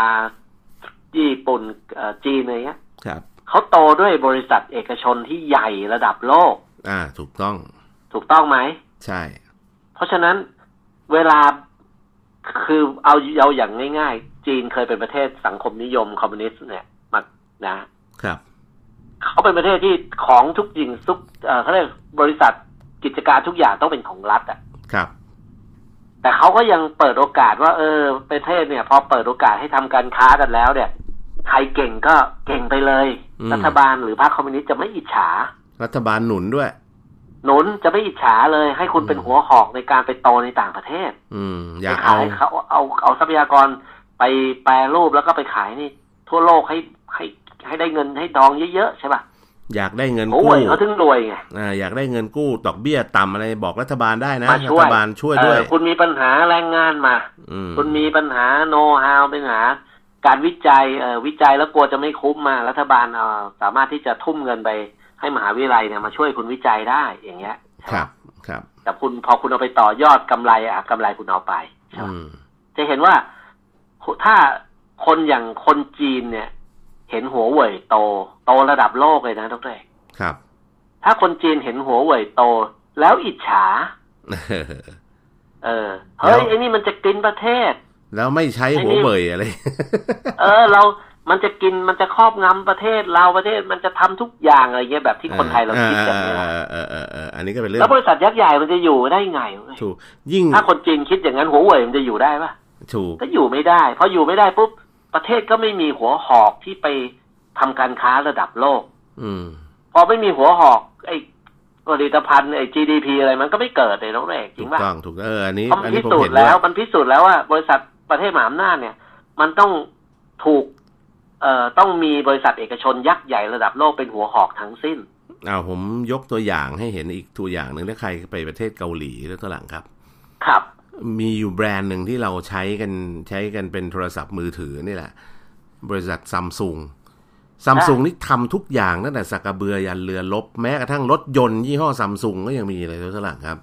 B: ญี่ปุ่นเอ่อจีนอะไรเงี้ย
A: ครับ
B: เขาโตด้วยบริษัทเอกชนที่ใหญ่ระดับโลก
A: อ่า ถูกต้อง
B: ถูกต้องไหม
A: ใช่
B: เพราะฉะนั้นเวลาคือเอาเอาอย่างง่ายๆ จีนเคยเป็นประเทศสังคมนิยมคอมมิวนิสต์เนี่ยมานะครับ เขาเป็นประเทศที่ของทุกสิ่งทุกเอ่อเขาเรียกบริษัทกิจการทุกอย่างต้องเป็นของรัฐอะ
A: ครับ
B: แต่เขาก็ยังเปิดโอกาสว่า เออ ประเทศเนี่ย พอเปิดโอกาสให้ทำการค้ากันแล้ว เนี่ยใครเก่งก็เก่งไปเลย
A: อืม
B: รัฐบาลหรือพรรคคอมมิวนิสต์จะไม่อิจฉา
A: รัฐบาลหนุนด้วย
B: หนุนจะไม่อิจฉาเลย ให้คุณเป็นหัวหอกในการไปโตในต่างประเทศ
A: อืม อ
B: ไป
A: ยาก
B: ขาย
A: เอา
B: เขาเอาเอาทรัพยากรไปแปรรูปแล้วก็ไปขายนี่ ทั่วโลกให้ให้ให้ได้เงินให้ดองเยอะๆใช่ป่ะ
A: อยากได้เงิน
B: โอ้
A: กู้
B: ยเขาถึงรวยไง
A: อ่าอยากได้เงินกู้ดอกเบี้ยต่ำอะไรบอกรัฐบาลได้นะ
B: มาช่วย
A: รัฐบาลช่วยด้วย
B: เออคุณมีปัญหาแรงงานมา
A: อืม
B: คุณมีปัญหาโน้ตฮาวปัญหา การวิจัยเอ่อวิจัยแล้วกลัวจะไม่คุ้มมารัฐบาลเอ่อสามารถที่จะทุ่มเงินไปให้มหาวิทยาลัยเนี่ยมาช่วยคุณวิจัยได้อย่างเงี้ย
A: ครับ ครับ
B: แต่คุณพอคุณเอาไปต่อยอดกำไรอ่ะกำไรคุณเอาไปใช่
A: อื
B: ปะ
A: ม
B: จะเห็นว่าถ้าคนอย่างคนจีนเนี่ย เห็นหัวเว่ยโต โตระดับโลกเลยนะทุกท่าน
A: ครับ
B: ถ้าคนจีนเห็นหัวเว่ยโต แล้วอิจฉา เออเฮ้ยไอ้นี่มันจะกินประเทศ
A: แล้วไม่ใช้หัวเบยอะไร
B: เออเรา มันจะกิน มันจะครอบงำประเทศเราประเทศ มันจะทำทุกอย่างอะไรเงี้ยแบบที่คนไทยเราคิดกันเนี่ย
A: เออเออเออเออเอออันนี้ก็เป็นเรื่อ
B: แล้ว
A: ง
B: บริษัทยักษ์ใหญ่มันจะอยู่ได้ไงเว้ย
A: ถูก ยิ่ง
B: ถ้าคนจีนคิดอย่างนั้นหัวเว่ยมันจะอยู่ได้ปะ
A: ถูก
B: ก็อยู่ไม่ได้เพราะอยู่ไม่ได้ปุ๊บประเทศก็ไม่มีหัวหอกที่ไปทำการค้าระดับโลก
A: อืม
B: พอไม่มีหัวหอกไอ้ผลิตภัณฑ์ไอ้ GDP อะไรมันก็ไม่เกิดเลยน้องเอกจ
A: ถู
B: ริง
A: ก
B: ป่ะ
A: ต้องถูกเอออันนี้
B: เพราะมั
A: อัน
B: น
A: นี้
B: พิ
A: ผม
B: สูจ
A: เห็น
B: น์
A: ด้ว
B: แล้
A: ยว
B: มันพิสูจน์แล้วว่า บริษัทประเทศมหาอำนาจเนี่ย มันต้องถูก เอ่อต้องมีบริษัทเอกชนยักษ์ใหญ่ระดับโลกเป็นหัวหอกทั้งสิ้น
A: อ้าวผมยกตัวอย่างให้เห็นอีกตัวอย่างหนึ่งถ้าใครไปประเทศเกาหลีแล้วตัวหลังครับ
B: ครับ
A: มีอยู่แบรนด์หนึ่งที่เราใช้กันใช้กันเป็นโทรศัพท์มือถือนี่แหละ บริษัทซัมซุงซัมซุงนี่ทำทุกอย่างตั้งแต่สักกระเบือยันเรือลบแม้กระทั่งรถยนต์ยี่ห้อซัมซุงก็ยังมีเลยตัวหลังครับ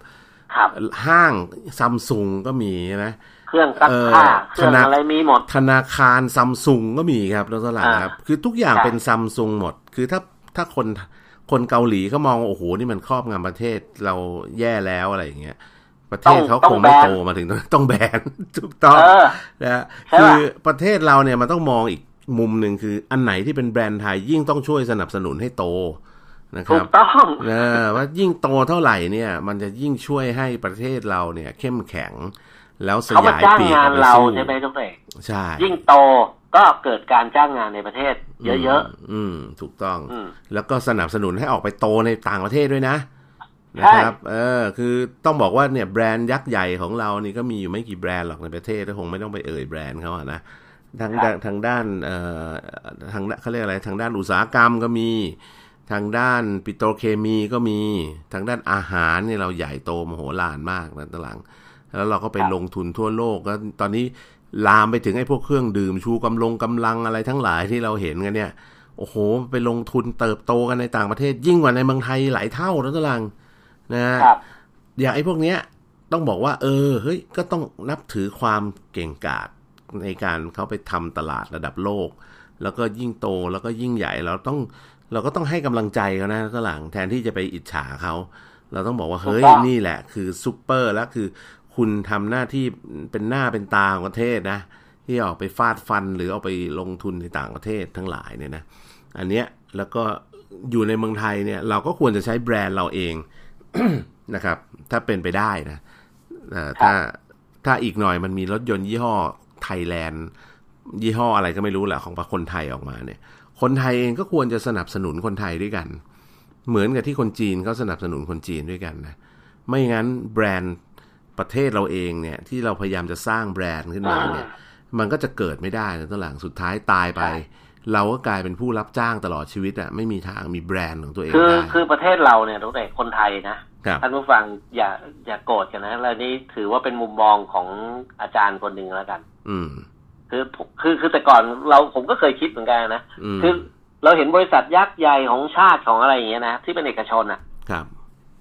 B: ครับ
A: ห้างซัมซุงก็มีใช่ไหม
B: เครื่องซักผ้า
A: เอ่อ
B: เครื่อง
A: ขนาด
B: อะไรมีหมด
A: ธนาคารซัมซุงก็มีครับแล้วก็หลังครับ คือทุกอย่าง
B: ใช่
A: เป็นซัมซุงหมด คือถ้าถ้าคนคนเกาหลีเขามองว่าโอ้โหนี่มันครอบงำประเทศเราแย่แล้วอะไรอย่างเงี้ย ประเทศเขาคงไม่โตมาถึงตรงนั้นต้องแบน ถูกต้อง
B: เออ
A: นะฮะ
B: ใช่
A: คือ
B: ป่ะ
A: ประเทศเราเนี่ยมันต้องมองอีกมุมหนึ่งคืออันไหนที่เป็นแบรนด์ไทยยิ่งต้องช่วยสนับสนุนให้โตนะค
B: ถู
A: รั
B: ก
A: บ
B: ต้อง
A: เออว่ายิ่งโตเท่าไหร่เนี่ย มันจะยิ่งช่วยให้ประเทศเราเนี่ย เข้มแข็ง แล้วส
B: เขามาย
A: าย
B: จ้าง
A: ปีก
B: งาน
A: ออกป
B: เรา
A: สู้
B: ใช่ไหมทุกเอก
A: ใช่
B: ยิ่งโตก็เกิดการจ้างงานในประเทศ เยอะ
A: มอืม ถูกต้อง
B: ๆอืม
A: แล้วก็สนับสนุนให้ออกไปโตในต่างประเทศด้วยนะ
B: ใช่
A: นะครับ เออ คือต้องบอกว่าเนี่ยแบรนด์ยักษ์ใหญ่ของเรานี่ก็มีอยู่ไม่กี่แบรนด์หรอกในประเทศก็คงไม่ต้องไปเอ่ยแบรนด์เขาอะนะทางด้านทางด้านเอ่อทางด้านเขาเรียกอะไรทางด้านอุตสาหกรรมก็มี ทางด้านปิโตรเคมีก็มีทางด้านอาหารเนี่ยเราใหญ่โตมโหฬารมากนะตอนหลัง แล้วเราก็ไปลงทุนทั่วโลกก็ตอนนี้ลามไปถึงไอ้พวกเครื่องดื่มชูกำลงกำลังอะไรทั้งหลายที่เราเห็นกันเนี่ย โอ้โห ไปลงทุนเติบโตกันในต่างประเทศ ยิ่งกว่าในเมืองไทยหลายเท่าแล้วตลังนะฮะ
B: ครับ
A: อย่างไอ้พวกเนี้ยต้องบอกว่า เออเฮ้ยก็ต้องนับถือความเก่งกาจในการเขาไปทำตลาดระดับโลก แล้วก็ยิ่งโตแล้วก็ยิ่งใหญ่เราต้องเราก็ต้องให้กำลังใจเขานะตลังแทนที่จะไปอิจฉาเขาเราต้องบอกว่าเฮ้ย
B: ถูกต้อง
A: นี่แหละ คือซูเปอร์แล้วคือ คุณทำหน้าที่เป็นหน้าเป็นตาของประเทศนะ ที่ออกไปฟาดฟันหรือเอาไปลงทุนในต่างประเทศทั้งหลายเนี่ยนะ อันเนี้ยแล้วก็อยู่ในเมืองไทยเนี่ย เราก็ควรจะใช้แบรนด์เราเอง นะครับ ถ้าเป็นไปได้นะเอ่อถ้าถ้าอีกหน่อยมันมีรถยนต์ยี่ห้อไทยแลนด์ ยี่ห้ออะไรก็ไม่รู้แหละของคนไทยออกมาเนี่ย คนไทยเองก็ควรจะสนับสนุนคนไทยด้วยกัน เหมือนกับที่คนจีนก็สนับสนุนคนจีนด้วยกันนะ ไม่งั้นแบรนด์ประเทศเราเองเนี่ย ที่เราพยายามจะสร้างแบรนด์ขึ้นมาเนี่ย มันก็จะเกิดไม่ได้นะตัวหลังสุดท้ายตายไป เราก็กลายเป็นผู้รับจ้างตลอดชีวิตอะไม่มีทางมีแบรนด์ของตัวเอง
B: คือ
A: ได้
B: คือประเทศเราเนี่ยตั้งแต่คนไทยนะครับ ท่านผู้ฟังอย่าอย่าโกรธกันนะแล้วนี่ถือว่าเป็นมุมมองของอาจารย์คนหนึ่งแล้วกัน
A: อืม
B: คือผมคือคือแต่ก่อนเราผมก็เคยคิดเหมือนกันนะ
A: อืม
B: คือเราเห็นบริษัทยักษ์ใหญ่ของชาติของอะไรอย่างเงี้ยนะที่เป็นเอกชนอ่ะ
A: ครับ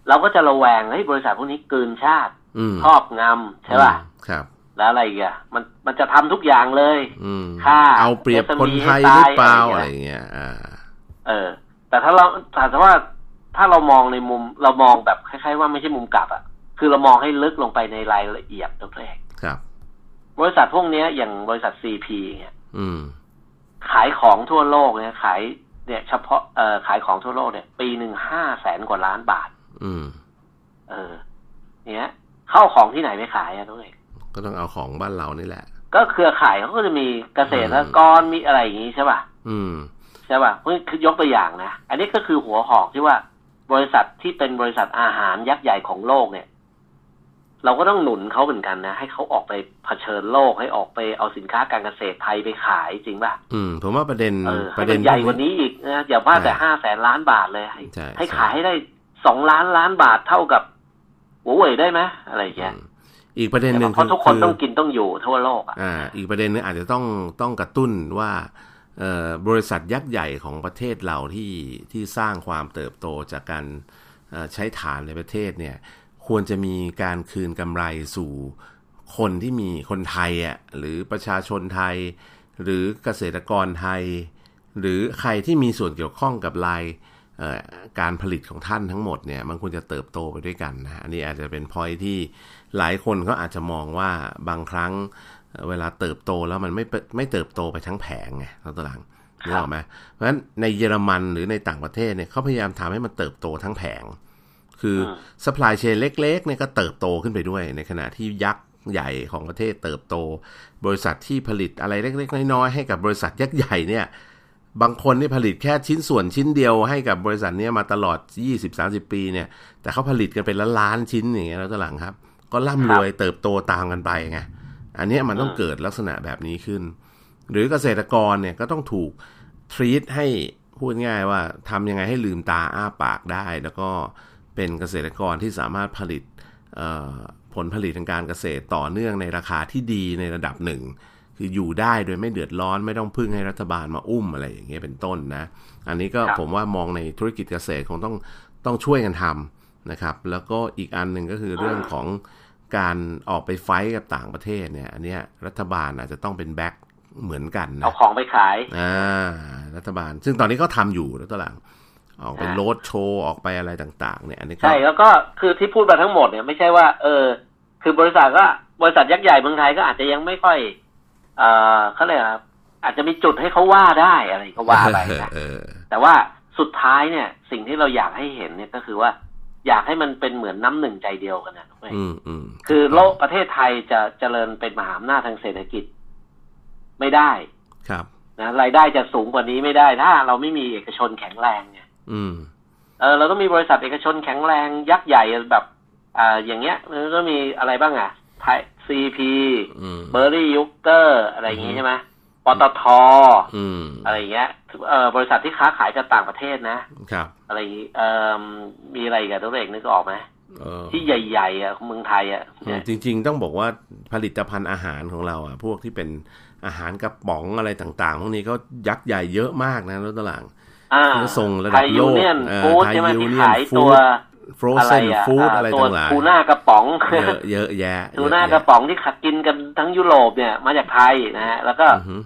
B: เราก็จะระแวงเฮ้ยบริษัทพวกนี้กลืนชาติ
A: อืม
B: ครอบงำใช่ป่ะ
A: อืมครับ
B: แล้วอะไรอีกอ่ะมันมันจะทำทุกอย่างเลย
A: อืม
B: ค่า
A: เอาเปรียบคนไทยหรือเปล่าอะไรอย่างเงี้ยอ่า
B: เออ แต่ถ้าเราแต่ถ้าว่าถ้าเรามองในมุมเรามองแบบคล้ายๆว่าไม่ใช่มุมกลับอ่ะคือเรามองให้ลึกลงไปในรายละเอียดตัวเอง
A: ครับ
B: บริษัทพวกเนี้ยอย่างบริษัทซีพีเงี้ย
A: อืม
B: ขายของทั่วโลกเนี่ยขายเนี่ยเฉพาะเอ่อขายของทั่วโลกเนี่ย ปีหนึ่งห้าแสนกว่าล้านบาท
A: อืม
B: เออ เนี้ยเข้าของที่ไหนไม่ขายอ่ะตัวเอง
A: ก็ต้องเอาของบ้านเรานี่แหละ
B: ก็เครือข่ายเขาก็จะมีเกษตรกรมีอะไรอย่างงี้ใช่ป่ะ
A: อืม
B: ใช่ป่ะเพื่อคือยกตัวอย่างนะ อันนี้ก็คือหัวหอกที่ว่า บริษัทที่เป็นบริษัทอาหารยักษ์ใหญ่ของโลกเนี่ย เราก็ต้องหนุนเขาเหมือนกันนะ ให้เขาออกไปเผชิญโลกให้ออกไปเอาสินค้าการเกษตรไทยไปขายจริงป่ะ
A: อืม ผมว่าประเด็น
B: เออ
A: ป
B: ให้
A: ระเด็
B: มัน นใหญ่กว่านี้อีกนะอย่าว่าแต่
A: ใช่
B: ห้าแสนล้านบาทเลยให้
A: ใช่
B: ให้
A: ใช่
B: ขายให้ได้สองล้านล้านบาทเท่ากับหัวเว่ยได้ไหมอะไรอย่างเงี้ย
A: อีกประเด็นหนึ่ง
B: เพราะทุกคน
A: อ
B: ต้องกินต้องอยู่ทั่วโลกอ่ะ
A: อ่าอีกประเด็นหนึงอาจจะต้องต้องกระตุ้นว่าเอ่อบริษัทยักษ์ใหญ่ของประเทศเราที่ที่สร้างความเติบโตจากการเอ่อใช้ฐานในประเทศเนี่ยควรจะมีการคืนกำไรสู่คนที่มีคนไทยอ่ะหรือประชาชนไทย หรือเกษตรกรไทย หรือใครที่มีส่วนเกี่ยวข้องกับรายเอ่อการผลิตของท่านทั้งหมดเนี่ยมันควรจะเติบโตไปด้วยกันนะฮะอันนี้อาจจะเป็นพอยที่หลายคนเขาอาจจะมองว่าบางครั้ง เวลาเติบโตแล้วมันไม่เปิดไม่เติบโตไปทั้งแผงไงเราตวหลังนึกออกไหมเพราะฉะนั้นในเยอรมันหรือในต่างประเทศเนี่ยเขาพยายามทำให้มันเติบโตทั้งแผง คือ
B: อืม
A: สป라이เชนเล็กๆเนี่ยก็เติบโตขึ้นไปด้วย ในขณะที่ยักษ์ใหญ่ของประเทศเติบโต บริษัทที่ผลิตอะไรเล็กๆน้อยๆให้กับบริษัทยักษ์ใหญ่เนี่ยบางคนนี่ผลิตแค่ชิ้นส่วนชิ้นเดียวให้กับบริษัทเนี้ยมาตลอด 20-30 ปีเนี่ยแต่เขาผลิตกันเป็นล้านๆชิ้นอย่างเงี้ยแล้วตวหลังครับ ก็ร่ำรวยเติบโตตามกันไปไง อันเนี้ยมันต้อง
B: อืม
A: เกิดลักษณะแบบนี้ขึ้น หรือเกษตรกรเนี่ยก็ต้องถูกทรีตให้พูดง่ายว่าทำยังไงให้ลืมตาอ้าปากได้ แล้วก็เป็นเกษตรกรที่สามารถผลิตเอ่อผลผลิตทางการเกษตรต่อเนื่องในราคาที่ดีในระดับหนึ่ง คืออยู่ได้โดยไม่เดือดร้อนไม่ต้องพึ่งให้รัฐบาลมาอุ้มอะไรอย่างเงี้ยเป็นต้นนะ อันนี้ก็
B: ครับ
A: ผมว่ามองในธุรกิจเกษตรคงต้องต้องช่วยกันทำนะครับ แล้วก็อีกอันหนึ่งก็คือเรื่องของการออกไปไฟท์กับต่างประเทศเนี่ย อันเนี้ยรัฐบาลอาจจะต้องเป็นแบ็คเหมือนกัน
B: เอา
A: นะ
B: ของไปขาย
A: อ่ารัฐบาล ซึ่งตอนนี้ก็ทำอยู่แล้วตวหลังออกไป
B: อ่า
A: โรดโชว์ออกไปอะไรต่างๆ เนี่ยอันนี้ก็
B: ใช่แล้วก็คือที่พูดมาทั้งหมดเนี่ยไม่ใช่ว่า เออ คือบริษัทก็บริษัทยักษ์ใหญ่เมืองไทยก็อาจจะยังไม่ค่อย เออเขาเรียกอะไรครับอาจจะมีจุดให้เขาว่าได้อะไรก็ว่าไปนะ
A: เออ
B: แต่ว่าสุดท้ายเนี่ย สิ่งที่เราอยากให้เห็นเนี่ยก็คือว่า อยากให้มันเป็นเหมือนน้ำหนึ่งใจเดียวกันนะเว้ย
A: อืมอืม
B: คือโลกประเทศไทยจะเจริญเป็นมหาอำนาจทางเศรษฐกิจไม่ได้
A: ครับ
B: นะรายได้จะสูงกว่านี้ไม่ได้ถ้า เราไม่มีเอกชนแข็งแรงเนี่ย
A: อืม
B: เออเราต้องมีบริษัทเอกชนแข็งแรงยักษ์ใหญ่แบบอ่าอย่างเงี้ยแล้วก็มีอะไรบ้างอ่ะไทยซีพี
A: อืม
B: เบอร์รี่ยุคเตอร์อะไรอย่างงี้
A: อืม
B: ใช่ไหมปตท
A: อืม
B: อะไรอย่างเงี้ยเออบริษัทที่ค้าขายกับต่างประเทศนะ
A: ครับ
B: อะไรอย่างงี้เออมีอะไรอีกับตัวเองนึกออกไหม
A: เออ
B: ที่ใหญ่ๆอ่ะของเมืองไทยอ่ะ
A: อืม
B: เนี่ย
A: จริงๆ ต้องบอกว่าผลิตภัณฑ์อาหารของเราอ่ะพวกที่เป็นอาหารกระป๋องอะไรต่างๆ พวกนี้ก็ยักษ์ใหญ่เยอะมากนะรถตลาง
B: อ่า
A: ก็ส่งระ
B: ไท
A: ดับ
B: ย
A: โล
B: ยู
A: ก
B: เนียน
A: เอ่อ
B: ฟู้ด
A: ไทย
B: ใช่ไหม
A: ยู
B: ที่
A: เนียน
B: ขาย
A: ฟู้
B: ตัว
A: ดฟรอ
B: อะไร
A: เซน
B: อ่ะ
A: ฟู้ด
B: อ่า
A: อะไร
B: ตัว
A: ต่าง
B: ทูน่ากระป๋อง
A: ๆเยอะเยอะแยะ
B: ทูน่า
A: เยอะแย
B: กระป๋องที่ขัดกินกันทั้งยุโรปเนี่ยมาจากไทยนะฮะแล้วก็
A: อือหือ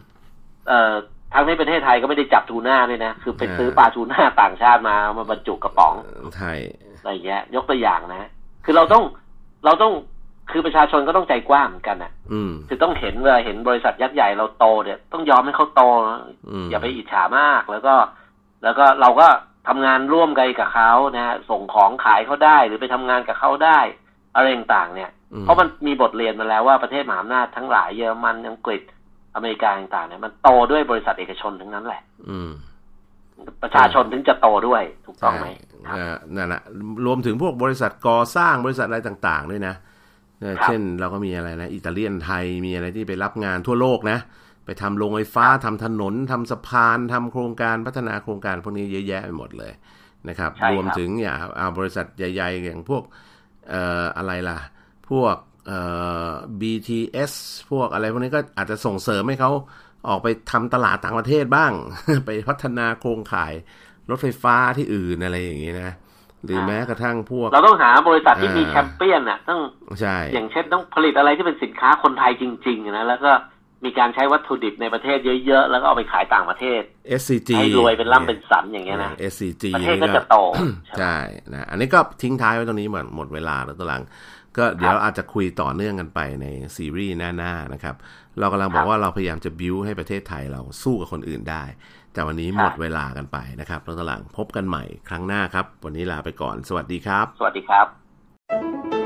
B: เอ่อทั้งในประเทศไทยก็ไม่ได้จับทูน่าด้วยนะ คือไป
A: อ่า
B: ซื้อปลาทูน่าต่างชาติมาเอามาบรรจุกระป๋อง
A: ไทย
B: อะไรเงี้ย ยกตัวอย่างนะ คือเราต้องเราต้องคือประชาชนก็ต้องใจกว้างเหมือนกันนะ
A: อืม
B: คือต้องเห็นเวลาเห็นบริษัทยักษ์ใหญ่เราโตเนี่ยต้องยอมให้เขาโตนะ
A: อืม
B: อย่าไปอิจฉามากแล้วก็ แล้วก็เราก็ทำงานร่วมกันกับเขานะฮะส่งของขายเขาได้หรือไปทำงานกับเขาได้อะไรต่างๆเนี่ย
A: อื
B: เพราะมันมีบทเรียนมาแล้วว่าประเทศมหาอำนาจทั้งหลายเยอรมันอังกฤษอเมริกาต่างๆเนี่ยมันโตด้วยบริษัทเอกชนทั้งนั้นแหละ
A: อืม
B: ประชาชนถึงจะโตด้วยถูกต้องไหมค
A: ใช่
B: รับ
A: เอ่อนั่นแหละรวมถึงพวกบริษัทก่อสร้างบริษัทอะไรต่างๆ ด้วยนะเอ่อ
B: ครับ
A: เช่นเราก็มีอะไรนะ อิตาเลียนไทยมีอะไรที่ไปรับงานทั่วโลกนะ ไปทำโรงไฟฟ้าทำถนนทำสะพานทำโครงการพัฒนาโครงการพวกนี้เยอะแยะไปหมดเลยนะครับ
B: ใช่ครับ
A: รวมถึงอย่าเอาบริษัทใหญ่ ๆ อย่างพวกเอ่ออะไรล่ะ พวกเอ่อ BTS พวกอะไรพวกนี้ก็อาจจะส่งเสริมให้เขาออกไปทำตลาดต่างประเทศบ้าง ไปพัฒนาโครงข่ายรถไฟฟ้าที่อื่นอะไรอย่างนี้นะ หรือแม้กระทั่งพวก
B: เราต้องหาบริษัทที่มี
A: อ่า
B: แชมเปี้ยนน่ะต้อง
A: ใช่
B: อย่างเช่นต้องผลิตอะไรที่เป็นสินค้าคนไทยจริงๆนะแล้วก็มีการใช้วัตถุดิบในประเทศเยอะๆ แล้วก็เอาไปขายต่างประเทศ
A: SCG
B: ให้รวยเป็นล่ำเป็นสันอย่างเงี้ยนะ
A: เออ SCG
B: ประเทศ
A: นี่
B: ก็จะ โตใช่ไหม
A: ใช่นะอันนี้ก็ทิ้งท้ายไว้ตรงนี้หมดหมดเวลาแล้วตัวหลัง ก็เดี๋ยวอาจจะคุยต่อเนื่องกันไปในซีรีส์หน้าๆนะครับ เรากำลังบอกว่าเราพยายามจะบิวให้ประเทศไทยเราสู้กับคนอื่นได้ แต่วันนี้
B: ครับ
A: หมดเวลากันไปนะครับแล้วตัวหลังพบกันใหม่ครั้งหน้าครับ วันนี้ลาไปก่อน สวัสดีครับ
B: สวัสดีครับ